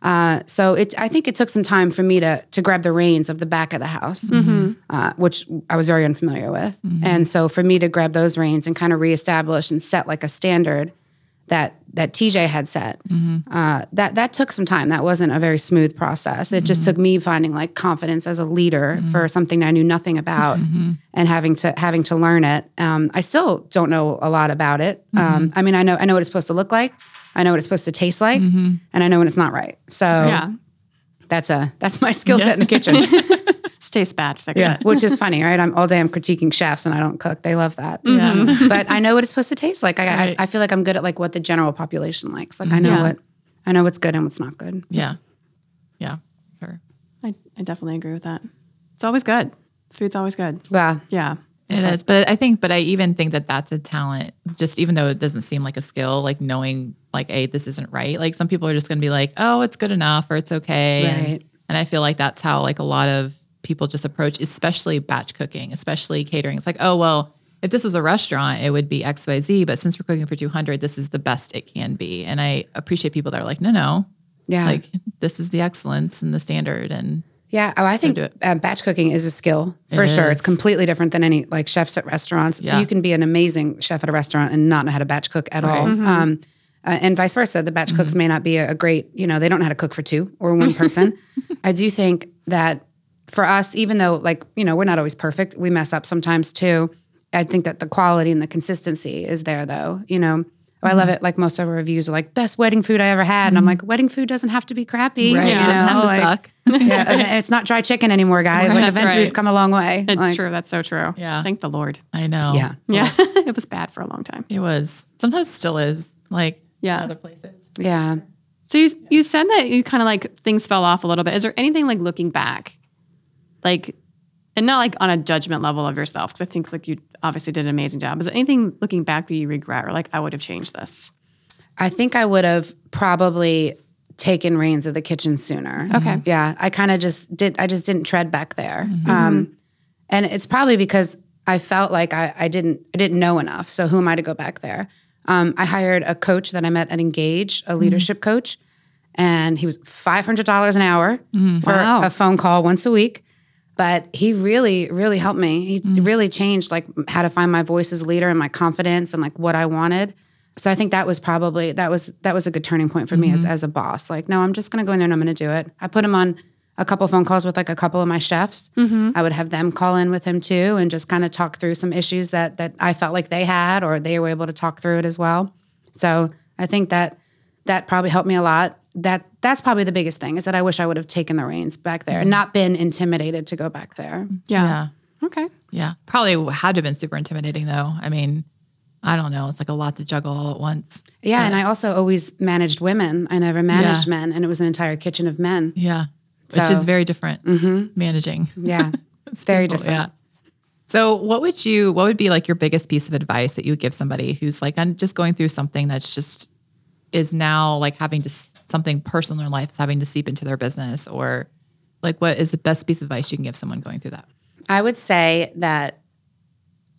Speaker 1: Uh, so it, I think it took some time for me to to grab the reins of the back of the house, uh, which I was very unfamiliar with. And so for me to grab those reins and kind of reestablish and set like a standard that that TJ had set, uh, that that took some time. That wasn't a very smooth process. It just took me finding like confidence as a leader for something I knew nothing about, and having to having to learn it. Um, I still don't know a lot about it. Um, I mean, I know I know what it's supposed to look like. I know what it's supposed to taste like, and I know when it's not right. So
Speaker 3: Yeah.
Speaker 1: that's a that's my skill set in the kitchen,
Speaker 3: It tastes bad. Fix it.
Speaker 1: which is funny, right? I'm all day I'm critiquing chefs and I don't cook. They love that. but I know what it's supposed to taste like. I, I I feel like I'm good at like what the general population likes. Like I know
Speaker 3: Yeah.
Speaker 1: what I know what's good and what's not good.
Speaker 2: Yeah. Yeah. Sure.
Speaker 3: I, I definitely agree with that. It's always good. Food's always good.
Speaker 1: Well,
Speaker 3: Yeah.
Speaker 2: It is, but I think, but I even think that that's a talent. Just even though it doesn't seem like a skill, like knowing, like, hey, this isn't right. Like some people are just going to be like, oh, it's good enough or it's okay. And,
Speaker 1: Right.
Speaker 2: and I feel like that's how like a lot of people just approach, especially batch cooking, especially catering. It's like, oh well, if this was a restaurant, it would be X Y Z. But since we're cooking for two hundred, this is the best it can be. And I appreciate people that are like, no, no,
Speaker 1: yeah.
Speaker 2: like this is the excellence and the standard. And
Speaker 1: Yeah. Oh, I think
Speaker 2: do it.
Speaker 1: uh, batch cooking is a skill for sure.
Speaker 2: is.
Speaker 1: It's completely different than any like chefs at restaurants.
Speaker 2: Yeah.
Speaker 1: You can be an amazing chef at a restaurant and not know how to batch cook at all. Um, uh, and vice versa, the batch
Speaker 2: Mm-hmm.
Speaker 1: cooks may not be a, a great, you know, they don't know how to cook for two or one person. I do think that for us, even though like, you know, we're not always perfect, we mess up sometimes too. I think that the quality and the consistency is there though, you know. Oh, I love
Speaker 2: Mm-hmm.
Speaker 1: it. Like most of our reviews are like best wedding food I ever had, and I'm like, wedding food doesn't have to be crappy.
Speaker 2: Right.
Speaker 1: you
Speaker 2: It doesn't have to
Speaker 1: like-
Speaker 2: suck.
Speaker 1: yeah, and it's not dry chicken anymore, guys. Like
Speaker 3: That's
Speaker 1: eventually, it's
Speaker 3: right.
Speaker 1: come a long way.
Speaker 3: It's
Speaker 1: Like,
Speaker 3: true. That's so true.
Speaker 2: Yeah.
Speaker 3: Thank the Lord.
Speaker 2: I know.
Speaker 1: Yeah,
Speaker 3: Yeah. it was bad for a long time.
Speaker 2: it was. Sometimes still is. Like
Speaker 3: Yeah.
Speaker 2: other places.
Speaker 1: yeah.
Speaker 3: So you you said that you kind of like things fell off a little bit. Is there anything like looking back, like, and not like on a judgment level of yourself? Because I think like you obviously did an amazing job. Is there anything looking back that you regret or like I would have changed this?
Speaker 1: I think I would have probably taken reins of the kitchen sooner.
Speaker 3: Okay. Mm-hmm.
Speaker 1: Yeah, I kind of just did. I just didn't tread back there. Um, and it's probably because I felt like I, I didn't I didn't know enough. So who am I to go back there? Um, I hired a coach that I met at Engage,
Speaker 3: Mm-hmm.
Speaker 1: a leadership coach, and he was five hundred dollars an hour for
Speaker 3: Mm-hmm. Wow.
Speaker 1: a phone call once a week. But he really, really helped me. He
Speaker 3: Mm.
Speaker 1: really changed like how to find my voice as a leader and my confidence and like what I wanted. So I think that was probably that was that was a good turning point for me as as a boss. Like, no, I'm just gonna go in there and I'm gonna do it. I put him on a couple phone calls with like a couple of my chefs. I would have them call in with him too and just kind of talk through some issues that that I felt like they had or they were able to talk through it as well. So I think that that probably helped me a lot. That that's probably the biggest thing is that I wish I would have taken the reins back there and not been intimidated to go back there.
Speaker 2: Yeah.
Speaker 3: Okay.
Speaker 2: Yeah. Probably had to have been super intimidating though. I mean, I don't know. It's like a lot to juggle all at once.
Speaker 1: Yeah, and I also always managed women. I never managed
Speaker 2: Yeah.
Speaker 1: men, and it was an entire kitchen of men.
Speaker 2: Yeah. Which
Speaker 1: So-
Speaker 2: is very different managing.
Speaker 1: Yeah, it's very
Speaker 2: people.
Speaker 1: different.
Speaker 2: Yeah. So what would you what would be like your biggest piece of advice that you would give somebody who's like I'm just going through something that's just is now like having to s- something personal in their life is having to seep into their business or like what is the best piece of advice you can give someone going through that?
Speaker 1: I would say that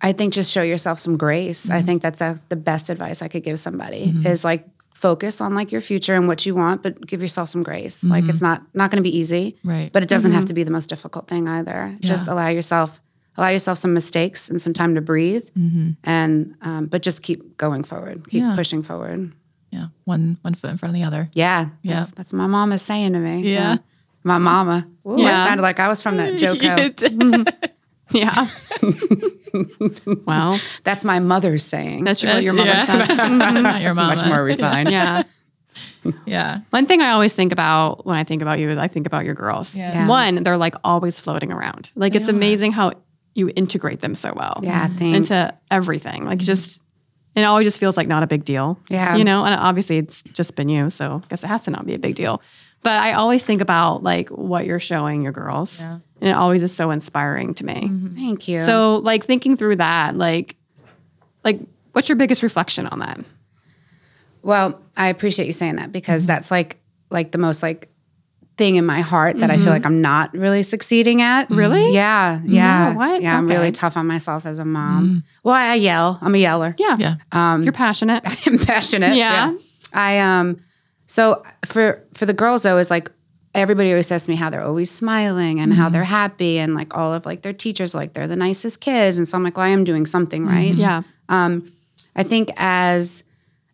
Speaker 1: I think just show yourself some grace.
Speaker 2: Mm-hmm.
Speaker 1: I think that's uh the best advice I could give somebody is like focus on like your future and what you want, but give yourself some grace. Like it's not not going to be easy,
Speaker 2: Mm-hmm. Right. Mm-hmm.
Speaker 1: But it doesn't have to be the most difficult thing either. Just
Speaker 2: Yeah.
Speaker 1: allow yourself allow yourself some mistakes and some time to breathe, and um, but just keep going forward, keep
Speaker 2: Mm-hmm. Yeah.
Speaker 1: pushing forward.
Speaker 2: Yeah. One one foot in front of the other.
Speaker 1: Yeah,
Speaker 2: Yeah.
Speaker 1: That's, that's what my mama's saying to me.
Speaker 2: Yeah.
Speaker 1: my mama. Ooh,
Speaker 3: Yeah.
Speaker 1: I sounded like I was from that Joko.
Speaker 3: Yeah. well,
Speaker 1: that's my mother's saying.
Speaker 3: that's your, what your mother
Speaker 2: Uh, Yeah.
Speaker 3: said.
Speaker 2: Not your mama.
Speaker 1: much more refined.
Speaker 3: Yeah.
Speaker 2: Yeah.
Speaker 3: One thing I always think about when I think about you is I think about your girls.
Speaker 2: Yeah.
Speaker 1: Yeah.
Speaker 3: One, they're like always floating around. Like it's amazing how you integrate them so well.
Speaker 1: Yeah, thanks.
Speaker 3: Into everything. Like just it always just feels like not a big deal.
Speaker 1: Yeah.
Speaker 3: You know, and obviously it's just been you, so I guess it has to not be a big deal. But I always think about like what you're showing your girls.
Speaker 2: Yeah.
Speaker 3: And it always is so inspiring to me.
Speaker 1: Thank you.
Speaker 3: So like thinking through that, like like what's your biggest reflection on that?
Speaker 1: Well, I appreciate you saying that because
Speaker 3: Mm-hmm.
Speaker 1: that's like like the most like thing in my heart that I feel like I'm not really succeeding at.
Speaker 3: Mm-hmm. Really?
Speaker 1: Yeah. Yeah.
Speaker 3: what?
Speaker 1: Yeah. I'm
Speaker 3: Okay. Mm.
Speaker 1: really tough on myself as a mom. Well, I yell. I'm a yeller.
Speaker 3: Yeah.
Speaker 2: Yeah.
Speaker 3: You're passionate.
Speaker 1: I'm passionate.
Speaker 3: Yeah.
Speaker 1: I um So for for the girls though is like everybody always says to me how they're always smiling and
Speaker 3: Mm-hmm.
Speaker 1: how they're happy and like all of like their teachers like they're the nicest kids and so I'm like well I am doing something right
Speaker 3: Mm-hmm. Yeah.
Speaker 1: I think as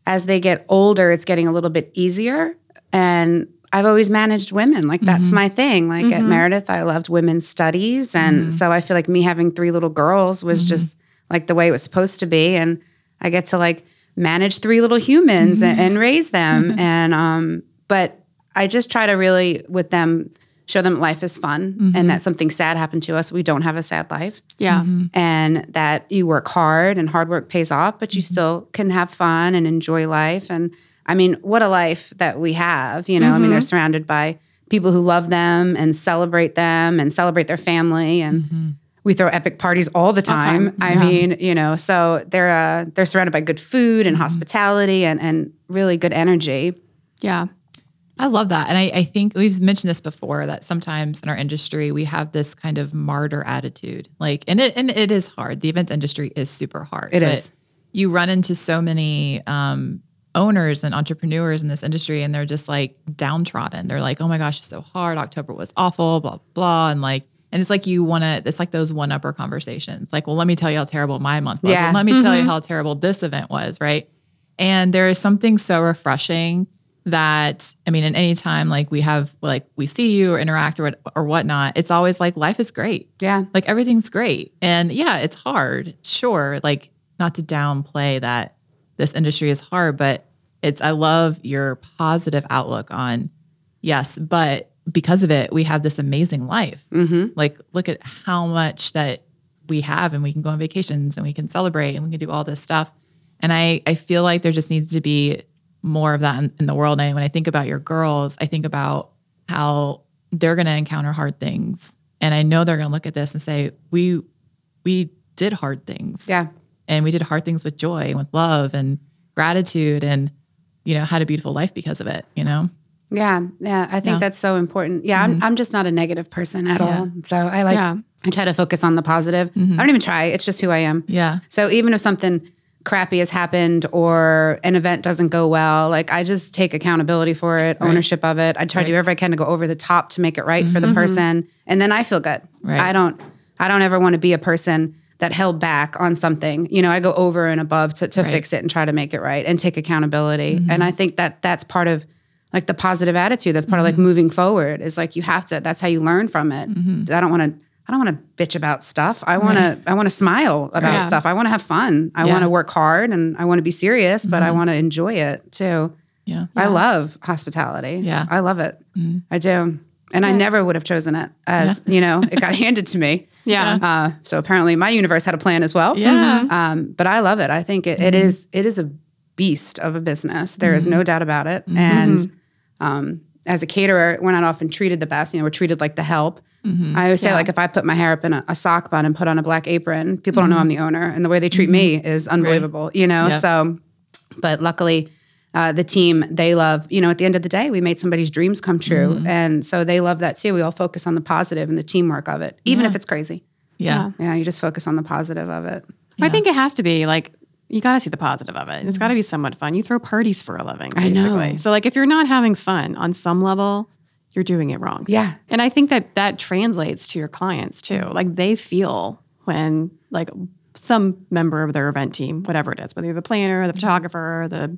Speaker 1: as they get older, it's getting a little bit easier. And I've always managed women. Like that's my thing. Like at Meredith, I loved women's studies. And so I feel like me having three little girls was just like the way it was supposed to be. And I get to like manage three little humans and, and raise them. and um, but I just try to really with them show them life is fun and that something sad happened to us. We don't have a sad life
Speaker 3: Yeah.
Speaker 1: Mm-hmm. and that you work hard and hard work pays off, but you still can have fun and enjoy life. And I mean, what a life that we have, you know? I mean, they're surrounded by people who love them and celebrate them and celebrate their family and we throw epic parties Mm-hmm. all the time. I mean, you know, so they're uh, they're surrounded by good food and hospitality and and really good energy.
Speaker 3: Yeah.
Speaker 2: I love that. And I, I think we've mentioned this before that sometimes in our industry we have this kind of martyr attitude. Like and it and it is hard. The events industry is super hard.
Speaker 1: It
Speaker 2: It is.
Speaker 1: is.
Speaker 2: You run into so many um, owners and entrepreneurs in this industry and they're just like downtrodden. They're like, oh my gosh, it's so hard. October was awful, blah, blah. And like and it's like you wanna it's like those one upper conversations. Like, well, let me tell you how terrible my month was.
Speaker 1: Yeah.
Speaker 2: Well, let me tell you how terrible this event was, right? And there is something so refreshing that I mean, in any time like we have like we see you or interact or what, or whatnot, it's always like life is great.
Speaker 1: Yeah.
Speaker 2: Like everything's great. And yeah, it's hard, sure. Like not to downplay that this industry is hard, but it's I love your positive outlook on yes, but because of it, we have this amazing life. Mm-hmm. Like look at how much that we have and we can go on vacations and we can celebrate and we can do all this stuff. And I, I feel like there just needs to be more of that in, in the world. And when I think about your girls, I think about how they're going to encounter hard things. And I know they're going to look at this and say, we, we did hard things.
Speaker 1: Yeah.
Speaker 2: And we did hard things with joy and with love and gratitude and, you know, had a beautiful life because of it, you know?
Speaker 1: Yeah, yeah, I think
Speaker 2: Yeah.
Speaker 1: that's so important. Yeah, I'm, I'm just not a negative person at all. So I like
Speaker 3: Yeah.
Speaker 1: I try to focus on the positive. I don't even try. It's just who I am.
Speaker 2: Yeah.
Speaker 1: So even if something crappy has happened or an event doesn't go well, like I just take accountability for it, ownership of it. I try to do whatever I can to go over the top to make it right for the person, and then I feel good.
Speaker 2: Right.
Speaker 1: I don't I don't ever want to be a person that held back on something. You know, I go over and above to, to fix it and try to make it right and take accountability. And I think that that's part of like the positive attitude. That's part of like moving forward is like you have to, that's how you learn from it. I don't want to, I don't want to bitch about stuff. I want to, I want to smile about
Speaker 3: Yeah.
Speaker 1: stuff. I want to have fun. I
Speaker 2: Yeah. Mm-hmm.
Speaker 1: want to work hard and I want to be serious, but I want to enjoy it too.
Speaker 2: Yeah.
Speaker 1: I love hospitality.
Speaker 2: Yeah. Mm-hmm.
Speaker 1: I love it. I do. And I never would have chosen it as, you know, it got handed to me.
Speaker 3: Yeah.
Speaker 1: Uh, so apparently my universe had a plan as well.
Speaker 2: Yeah.
Speaker 1: Um, but I love it. I think it, it is it is a beast of a business. There is no doubt about it. And um, as a caterer, we're not often treated the best. You know, we're treated like the help. I always say, like, if I put my hair up in a, a sock bun and put on a black apron, people don't know I'm the owner, and the way they treat me is unbelievable. You know,
Speaker 2: Yeah.
Speaker 1: so. But luckily, uh, the team they love. You know, at the end of the day, we made somebody's dreams come true, and so they love that too. We all focus on the positive and the teamwork of it, even if it's crazy.
Speaker 2: Yeah.
Speaker 1: Yeah, you just focus on the positive of it.
Speaker 3: I think it has to be like you got to see the positive of it. It's got to be somewhat fun. You throw parties for a living,
Speaker 1: know.
Speaker 3: basically. So like if you're not having fun on some level, you're doing it wrong.
Speaker 1: Yeah.
Speaker 3: And I think that that translates to your clients too. Like they feel when like some member of their event team, whatever it is, whether you're the planner, the photographer, the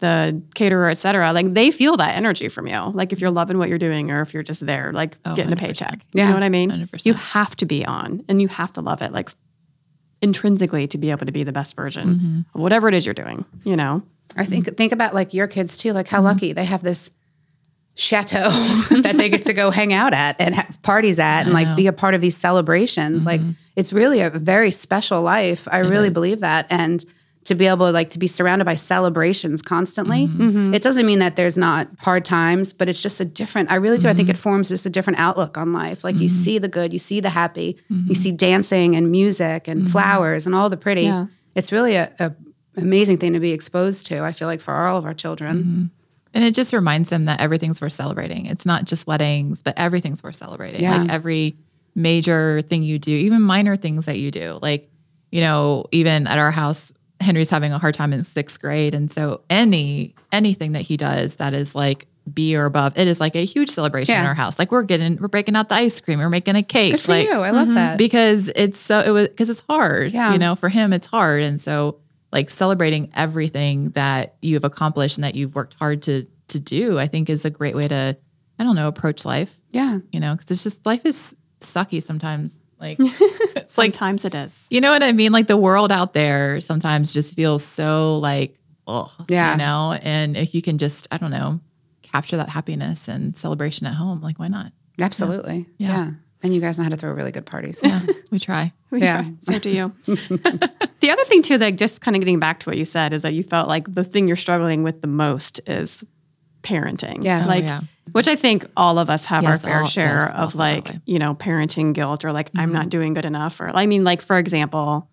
Speaker 3: the caterer, et cetera, like they feel that energy from you. Like if you're loving what you're doing or if you're just there, like getting a paycheck. You
Speaker 1: Yeah.
Speaker 3: know what I mean?
Speaker 2: 100%.
Speaker 3: You have to be on and you have to love it. Like intrinsically to be able to be the best version of whatever it is you're doing, you know?
Speaker 1: I think think about like your kids too, like how lucky they have this chateau that they get to go hang out at and have parties at and like be a part of these celebrations. Like it's really a very special life. I really believe that. And to be able like to be surrounded by celebrations constantly. It doesn't mean that there's not hard times, but it's just a different I really do. I think it forms just a different outlook on life. Like you see the good, you see the happy, you see dancing and music and flowers and all the pretty.
Speaker 3: Yeah.
Speaker 1: It's really a, a amazing thing to be exposed to. I feel like for all of our children.
Speaker 2: And it just reminds them that everything's worth celebrating. It's not just weddings, but everything's worth celebrating.
Speaker 1: Yeah.
Speaker 2: Like every major thing you do, even minor things that you do. Like, you know, even at our house, Henry's having a hard time in sixth grade, and so any anything that he does that is like B or above, it is like a huge celebration in
Speaker 1: Yeah.
Speaker 2: our house. Like we're getting, we're breaking out the ice cream, we're making a cake.
Speaker 1: Good for
Speaker 2: like,
Speaker 1: you. I love that.
Speaker 2: because it's so it was because it's hard
Speaker 1: Yeah.
Speaker 2: you know for him it's hard and so like celebrating everything that you've accomplished and that you've worked hard to to do i think is a great way to i don't know approach life
Speaker 1: yeah.
Speaker 2: you know because it's just life is sucky sometimes like
Speaker 3: It's like times it is.
Speaker 2: you know what i mean like the world out there sometimes just feels so like oh
Speaker 1: Yeah.
Speaker 2: you know and if you can just i don't know capture that happiness and celebration at home like why not
Speaker 1: Absolutely.
Speaker 2: Yeah.
Speaker 1: Yeah. And you guys know how to throw really good parties.
Speaker 2: yeah we try
Speaker 3: We
Speaker 1: Yeah.
Speaker 3: try. So do you. the other thing too, like just kind of getting back to what you said, is that you felt like the thing you're struggling with the most is parenting.
Speaker 1: Yes. Oh,
Speaker 3: Like
Speaker 2: yeah.
Speaker 3: which I think all of us have
Speaker 2: Yes,
Speaker 3: our fair
Speaker 2: all-
Speaker 3: share
Speaker 2: yes, Mm-hmm. all
Speaker 3: of
Speaker 2: feel that
Speaker 3: like,
Speaker 2: way.
Speaker 3: you know, parenting guilt or like I'm not doing good enough. Or I mean, like, for example,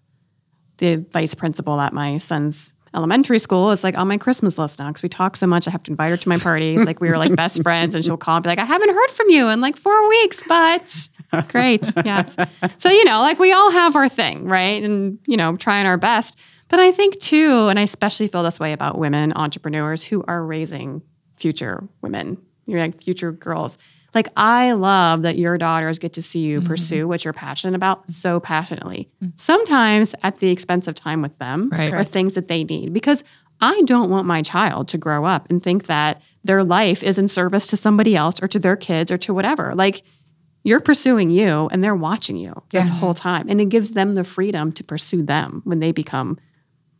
Speaker 3: the vice principal at my son's elementary school is like on my Christmas list now because we talk so much. I have to invite her to my parties. like we were like best friends, and she'll call and be like, I haven't heard from you in like four weeks, but great. Yes. So, you know, like we all have our thing, right? And, you know, trying our best. But I think too, and I especially feel this way about women entrepreneurs who are raising future women, you're like future girls. Like I love that your daughters get to see you pursue what you're passionate about so passionately. Sometimes at the expense of time with them
Speaker 2: Right.
Speaker 3: or things that they need because I don't want my child to grow up and think that their life is in service to somebody else or to their kids or to whatever. Like you're pursuing you and they're watching you this whole time and it gives them the freedom to pursue them when they become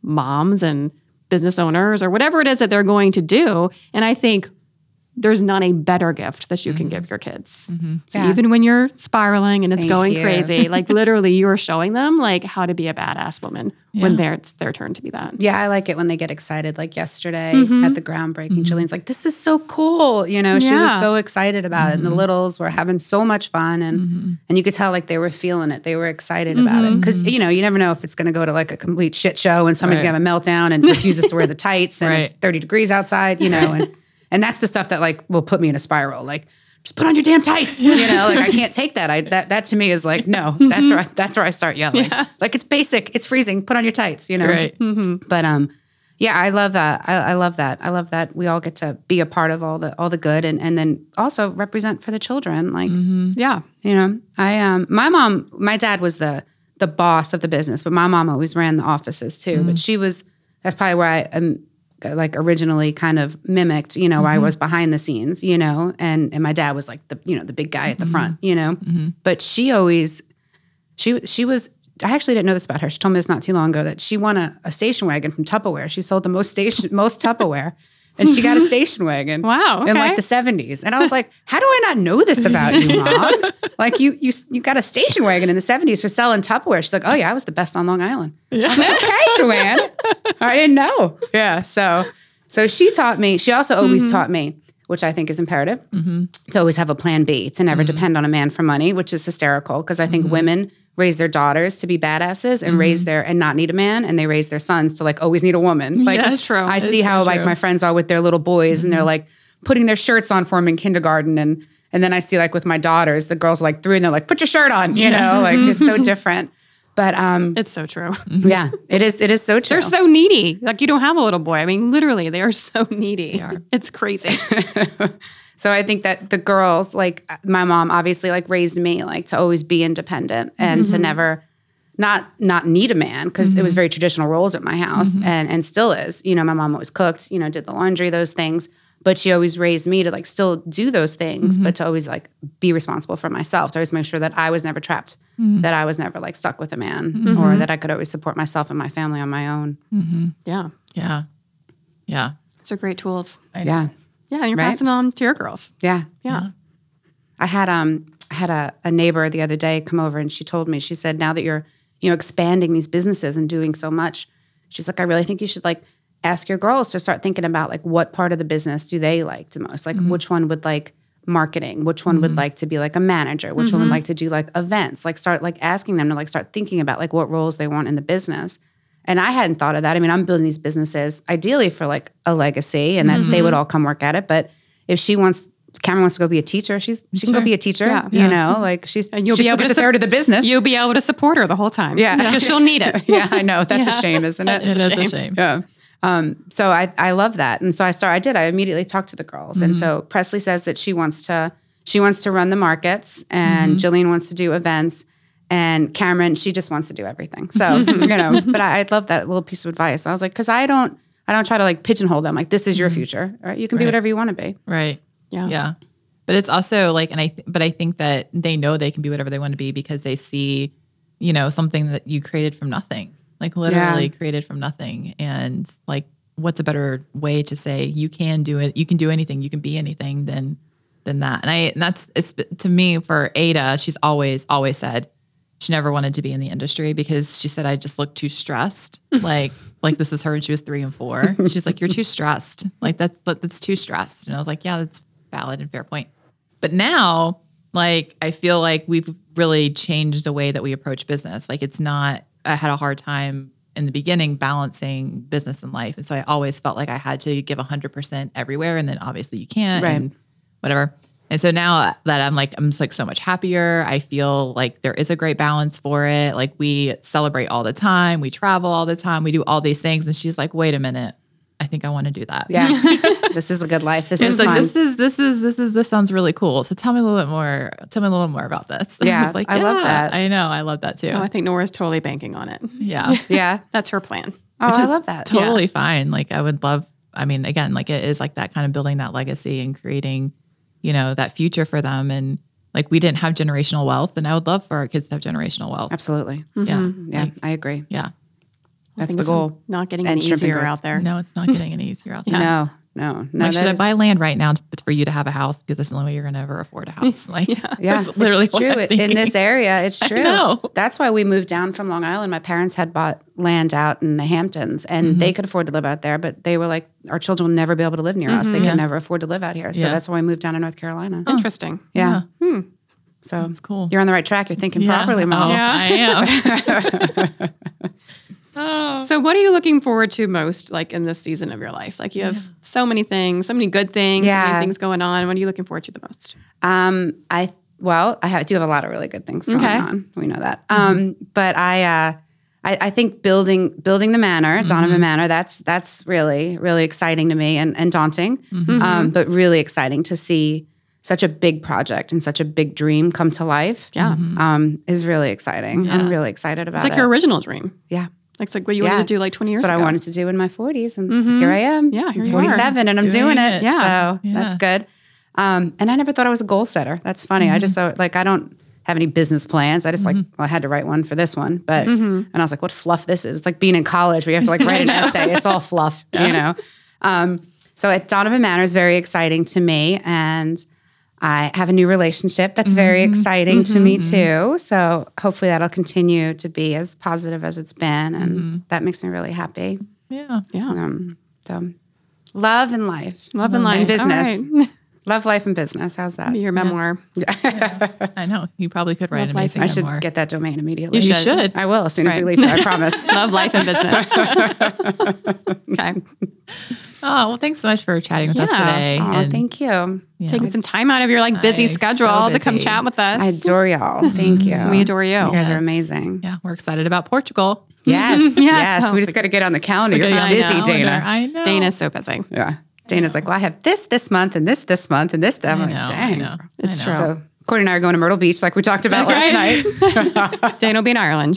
Speaker 3: moms and business owners or whatever it is that they're going to do. And I think there's not a better gift that you can give your kids. So
Speaker 1: Yeah.
Speaker 3: even when you're spiraling and it's
Speaker 1: Thank
Speaker 3: going
Speaker 1: you.
Speaker 3: crazy, like literally you are showing them like how to be a badass woman when
Speaker 2: Yeah.
Speaker 3: they're, it's their turn to be that.
Speaker 1: Yeah, I like it when they get excited. Like yesterday
Speaker 2: Mm-hmm.
Speaker 1: at the groundbreaking, Jillian's like, "This is so cool!" You know, she
Speaker 3: Yeah.
Speaker 1: was so excited about it, and the
Speaker 2: Mm-hmm.
Speaker 1: littles were having so much fun, and and you could tell like they were feeling it. They were excited about
Speaker 2: Mm-hmm.
Speaker 1: it because you know you never know if it's going to go to like a complete shit show and somebody's
Speaker 2: Right.
Speaker 1: going to have a meltdown and refuses to wear the tights and it's
Speaker 2: Right.
Speaker 1: thirty degrees outside. You know, and and that's the stuff that like will put me in a spiral. Like. Just put on your damn tights. You know, like I can't take that. I that that to me is like no.
Speaker 2: Mm-hmm.
Speaker 1: That's where I, that's where I start yelling. Like it's basic. It's freezing. Put on your tights. You know.
Speaker 2: right
Speaker 1: But um, yeah, I love that. I, I love that. I love that we all get to be a part of all the all the good, and and then also represent for the children. Like
Speaker 3: Yeah.
Speaker 1: you know, I um, my mom, my dad was the the boss of the business, but my mom always ran the offices too. But she was that's probably where I um, like originally kind of mimicked. You know, I was behind the scenes. You know, and and my dad was like the you know the big guy at the front. You know, but she always she she was. I actually didn't know this about her. She told me this not too long ago that she won a, a station wagon from Tupperware. She sold the most station most Tupperware, and she got a station wagon.
Speaker 3: Wow,
Speaker 1: In like
Speaker 3: okay.
Speaker 1: the seventies, and I was like, "How do I not know this about you, mom? like you you you got a station wagon in the seventies for selling Tupperware." She's like, "Oh yeah, I was the best on Long Island." I was like, okay, Joanne, I didn't know. Yeah, so so she taught me. She also always
Speaker 3: Mm-hmm.
Speaker 1: taught me, which I think is imperative, to always have a plan B, to
Speaker 2: Mm-hmm.
Speaker 1: never depend on a man for money, which is hysterical because I think women raise their daughters to be badasses and raise
Speaker 2: Mm-hmm.
Speaker 1: their and not need a man and they raise their sons to like always need a woman like
Speaker 2: Yes. That's true.
Speaker 1: i
Speaker 2: It's
Speaker 1: see
Speaker 2: so
Speaker 1: how like
Speaker 2: true. Mm-hmm.
Speaker 1: my friends are with their little boys and they're like putting their shirts on for them in kindergarten and and then I see like with my daughters, the girls are like three and they're like, put your shirt on, you know, like it's so different. But um
Speaker 3: It's so true.
Speaker 2: Mm-hmm.
Speaker 1: yeah, it is it is so true.
Speaker 3: They're so needy. Like you don't have a little boy. I mean, literally, they are so needy. It's crazy.
Speaker 1: So I think that the girls, like uh, my mom, obviously like raised me like to always be independent and to never not not need a man because it was very traditional roles at my house and and still is. You know, my mom always cooked, you know, did the laundry, those things. But she always raised me to like still do those things, but to always like be responsible for myself, to always make sure that I was never trapped, that I was never like stuck with a man, or that I could always support myself and my family on my own.
Speaker 3: yeah.
Speaker 2: yeah yeah
Speaker 3: Those are great tools.
Speaker 1: Yeah,
Speaker 3: Yeah. And you're
Speaker 1: Right?
Speaker 3: passing on to your girls.
Speaker 1: yeah.
Speaker 3: Yeah.
Speaker 1: I had um I had a, a neighbor the other day come over and she told me she said now that you're you know expanding these businesses and doing so much she's like I really think you should like ask your girls to start thinking about like what part of the business do they like the most like which one would like marketing which one would like to be like a manager which one would like to do like events like start like asking them to like start thinking about like what roles they want in the business and I hadn't thought of that. I mean, I'm building these
Speaker 3: Mm-hmm.
Speaker 1: businesses ideally for like a legacy and that they would all come work at it. But if she wants Cameron wants to go be a teacher, she's she can
Speaker 2: Sure.
Speaker 1: go be a teacher.
Speaker 3: Yeah.
Speaker 1: You
Speaker 3: Yeah.
Speaker 1: know, like she's
Speaker 3: And you'll
Speaker 1: she's
Speaker 3: be
Speaker 1: still
Speaker 3: able to
Speaker 1: gets a
Speaker 3: sup-
Speaker 1: third of the business.
Speaker 3: You'll be able to support her the whole time.
Speaker 1: Yeah.
Speaker 3: Because she'll need it.
Speaker 1: yeah, I know. That's
Speaker 3: Yeah.
Speaker 1: a shame, isn't it?
Speaker 2: It
Speaker 3: a
Speaker 2: is a
Speaker 3: shame.
Speaker 2: shame.
Speaker 1: Yeah. Um, so I, I love that. And so I start, I did, I immediately talked to the girls. And so
Speaker 2: Mm-hmm.
Speaker 1: Presley says that she wants to, she wants to run the markets and
Speaker 2: Mm-hmm.
Speaker 1: Jillian wants to do events and Cameron, she just wants to do everything. So, you know, but I, I love that little piece of advice. I was like, cause I don't, I don't try to like pigeonhole them. Like this is your future, right? You can be
Speaker 2: Mm-hmm. Right.
Speaker 1: whatever you want to be.
Speaker 2: Right.
Speaker 3: Yeah.
Speaker 2: Yeah. But it's also like, and I, th- but I think that they know they can be whatever they want to be because they see, you know, something that you created from nothing, like literally created from nothing. And like, what's a better way to say you can do it? You can do anything. You can be anything than, than that. And I, and that's, it's, to me for Ada, she's always, always said she never wanted to be in the industry because she said, I just look too stressed. like, like this is her when she was three and four. She's like, you're too stressed. Like that's, that- that's too stressed. And I was like, yeah, that's valid and fair point. But now, like, I feel like we've really changed the way that we approach business. Like it's not, I had a hard time in the beginning balancing business and life. And so I always felt like I had to give 100% everywhere. And then obviously you can't.
Speaker 1: Right.
Speaker 2: and whatever. And so now that I'm like, I'm just like so much happier. I feel like there is a great balance for it. Like we celebrate all the time, we travel all the time, we do all these things. And she's like, wait a minute, I think I want to do that.
Speaker 1: Yeah. this is a good life. This
Speaker 2: And it's
Speaker 1: is
Speaker 2: like
Speaker 1: fun.
Speaker 2: this is this is this is this sounds really cool. So tell me a little bit more. Tell me a little more about this.
Speaker 1: Yeah,
Speaker 2: was like,
Speaker 1: I love
Speaker 2: yeah,
Speaker 1: that.
Speaker 2: I know, I love that too.
Speaker 3: Oh, I think Nora's totally banking on it.
Speaker 2: yeah,
Speaker 1: yeah.
Speaker 3: That's her plan.
Speaker 1: Oh,
Speaker 2: Which
Speaker 1: I
Speaker 2: is
Speaker 1: love that.
Speaker 2: Totally fine. Like I would love. I mean, again, like it is like that kind of building that legacy and creating, you know, that future for them. And like we didn't have generational wealth, and I would love for our kids to have generational wealth.
Speaker 1: Absolutely.
Speaker 2: Yeah,
Speaker 1: Mm-hmm. Yeah. I agree.
Speaker 2: yeah.
Speaker 1: That's the
Speaker 3: Things
Speaker 1: goal.
Speaker 3: Not getting
Speaker 1: And
Speaker 3: any
Speaker 1: shrimp and
Speaker 3: easier
Speaker 1: grits.
Speaker 3: out there.
Speaker 2: No, it's not getting any easier out there.
Speaker 1: No, no, no.
Speaker 2: like, should
Speaker 1: that
Speaker 2: I
Speaker 1: is-
Speaker 2: buy land right now to, for you to have a house? Because that's the only way you're going to ever afford a house. Like,
Speaker 1: Yeah,
Speaker 2: that's literally
Speaker 1: it's
Speaker 2: what
Speaker 1: true
Speaker 2: I'm
Speaker 1: It- in
Speaker 2: thinking.
Speaker 1: this area. It's true.
Speaker 2: know.
Speaker 1: That's why we moved down from Long Island. My parents had bought land out in the Hamptons, and
Speaker 2: Mm-hmm.
Speaker 1: they could afford to live out there. But they were like, "Our children will never be able to live near us. They
Speaker 2: Mm-hmm. Yeah.
Speaker 1: can never afford to live out here." So
Speaker 2: Yeah.
Speaker 1: that's why we moved down to North Carolina.
Speaker 3: Interesting.
Speaker 1: Yeah.
Speaker 3: Yeah. Hmm.
Speaker 1: So
Speaker 2: It's cool.
Speaker 1: you're on the right track. You're thinking
Speaker 2: Yeah.
Speaker 1: properly,
Speaker 2: Oh,
Speaker 1: Mom.
Speaker 3: Yeah.
Speaker 2: I am. oh.
Speaker 3: So, what are you looking forward to most, like in this season of your life? Like, you have so many things, so many good things, so
Speaker 1: Yeah.
Speaker 3: many things going on. What are you looking forward to the most?
Speaker 1: Um, I well, I have, do have a lot of really good things going
Speaker 3: Okay.
Speaker 1: on. We know that. Um, but I, uh, I, I think building building the manor,
Speaker 3: Mm-hmm.
Speaker 1: Donovan Manor. That's that's really really exciting to me and and daunting,
Speaker 3: Mm-hmm.
Speaker 1: um, but really exciting to see such a big project and such a big dream come to life.
Speaker 3: Yeah. Mm-hmm.
Speaker 1: um, is really exciting. I'm really excited about
Speaker 3: It's like
Speaker 1: it.
Speaker 3: your original dream.
Speaker 1: yeah,
Speaker 3: Like, it's like what you
Speaker 1: Yeah.
Speaker 3: wanted to do like 20 years
Speaker 1: that's what
Speaker 3: ago. Mm-hmm.
Speaker 1: I wanted to do in my 40s, and here I am.
Speaker 3: Yeah, here
Speaker 1: I'm
Speaker 3: you
Speaker 1: 47, and I'm doing,
Speaker 2: Doing
Speaker 1: it.
Speaker 2: it.
Speaker 3: Yeah.
Speaker 1: so that's good. Um, and I never thought I was a goal setter. That's funny. I just so like I don't have any business plans. I just like well, I had to write one for this one, but and I was like, what fluff this is? It's like being in college where you have to like write an essay. It's all fluff, you know. Um, so at Donovan Manor is very exciting to me, and I have a new relationship that's very exciting to me too. So hopefully that'll continue to be as positive as it's been, and that makes me really happy.
Speaker 2: Yeah.
Speaker 3: Yeah.
Speaker 1: Um, so love and life,
Speaker 3: Love and life.
Speaker 1: and business,
Speaker 3: All right.
Speaker 1: love life and business. How's that?
Speaker 3: Your memoir.
Speaker 2: I know. You probably could write an
Speaker 3: Love life.
Speaker 2: amazing
Speaker 1: I should
Speaker 2: memoir.
Speaker 1: get that domain immediately.
Speaker 2: you should.
Speaker 1: I will as soon as we
Speaker 3: Right.
Speaker 1: leave. here, I promise.
Speaker 3: Love, life, and business. okay.
Speaker 2: Oh, well, thanks so much for chatting with us
Speaker 3: Yeah.
Speaker 2: today.
Speaker 1: Oh,
Speaker 2: and
Speaker 1: thank you.
Speaker 2: Yeah.
Speaker 3: Taking some time out of your like busy
Speaker 2: I- so
Speaker 3: schedule to come
Speaker 2: busy.
Speaker 3: chat with us.
Speaker 1: I adore y'all. Thank you.
Speaker 3: we adore you.
Speaker 1: You guys are
Speaker 2: Yes.
Speaker 1: amazing.
Speaker 2: yeah, we're excited about Portugal.
Speaker 1: Yes, yes.
Speaker 3: Yes.
Speaker 1: We just got to get on the calendar. You're
Speaker 2: Getting on the
Speaker 1: busy,
Speaker 2: calendar.
Speaker 1: Dana.
Speaker 2: I know.
Speaker 3: Dana's so busy.
Speaker 1: Yeah. Dana's like, well, I have this this month and this this month and this. I'm
Speaker 2: I
Speaker 1: like,
Speaker 2: know. I
Speaker 1: dang.
Speaker 2: know.
Speaker 3: It's
Speaker 2: I
Speaker 3: true.
Speaker 2: know.
Speaker 1: So Courtney and I are going to Myrtle Beach, like we talked about last night.
Speaker 3: Dana will be in Ireland.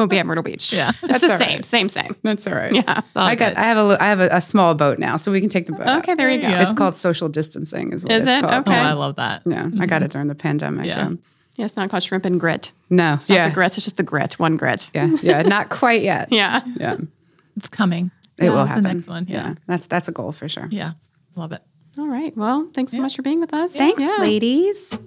Speaker 3: we'll be at Myrtle Beach.
Speaker 2: Yeah.
Speaker 3: It's the
Speaker 1: all
Speaker 3: same,
Speaker 1: right.
Speaker 3: same, same.
Speaker 1: That's all right.
Speaker 3: Yeah.
Speaker 2: all
Speaker 1: I got.
Speaker 2: good.
Speaker 1: I have a. li- I have a, a small boat now, so we can take the boat. out.
Speaker 3: Okay, there you
Speaker 2: There
Speaker 3: go.
Speaker 2: you
Speaker 1: It's called social distancing, is what
Speaker 3: Is
Speaker 1: it's
Speaker 3: it?
Speaker 1: called.
Speaker 2: Oh,
Speaker 3: Okay.
Speaker 2: I love that.
Speaker 1: Yeah, I got it during the pandemic. um,
Speaker 2: Yeah.
Speaker 1: Yeah.
Speaker 3: Yeah, it's not called shrimp and grit.
Speaker 1: No.
Speaker 3: Not
Speaker 1: yeah.
Speaker 3: the grits. It's just the grit. One grit.
Speaker 1: yeah. Yeah. Not quite yet.
Speaker 3: Yeah.
Speaker 1: Yeah.
Speaker 2: It's coming.
Speaker 1: It will
Speaker 2: That's
Speaker 1: happen.
Speaker 2: The next one. Yeah.
Speaker 1: yeah. That's that's a goal for sure.
Speaker 2: Yeah. Love it.
Speaker 3: All right. Well, thanks so much for being with us.
Speaker 1: Thanks,
Speaker 3: Yeah.
Speaker 1: ladies.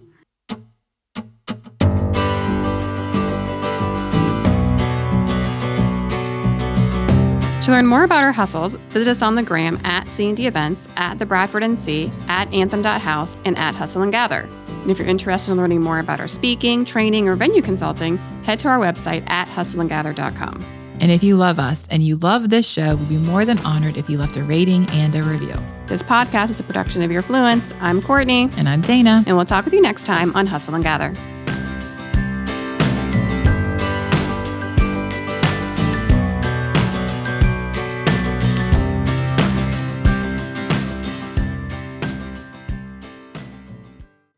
Speaker 3: To learn more about our hustles, visit us on the gram at C&D Events, at the Bradford NC, at anthem.house, and at Hustle and Gather. And if you're interested in learning more about our speaking, training, or venue consulting, head to our website at hustleandgather.com.
Speaker 2: And if you love us and you love this show, we'd be more than honored if you left a rating and a review.
Speaker 3: This podcast is a production of Your Fluence. I'm Courtney,
Speaker 2: And I'm Dana.
Speaker 3: and we'll talk with you next time on Hustle and Gather.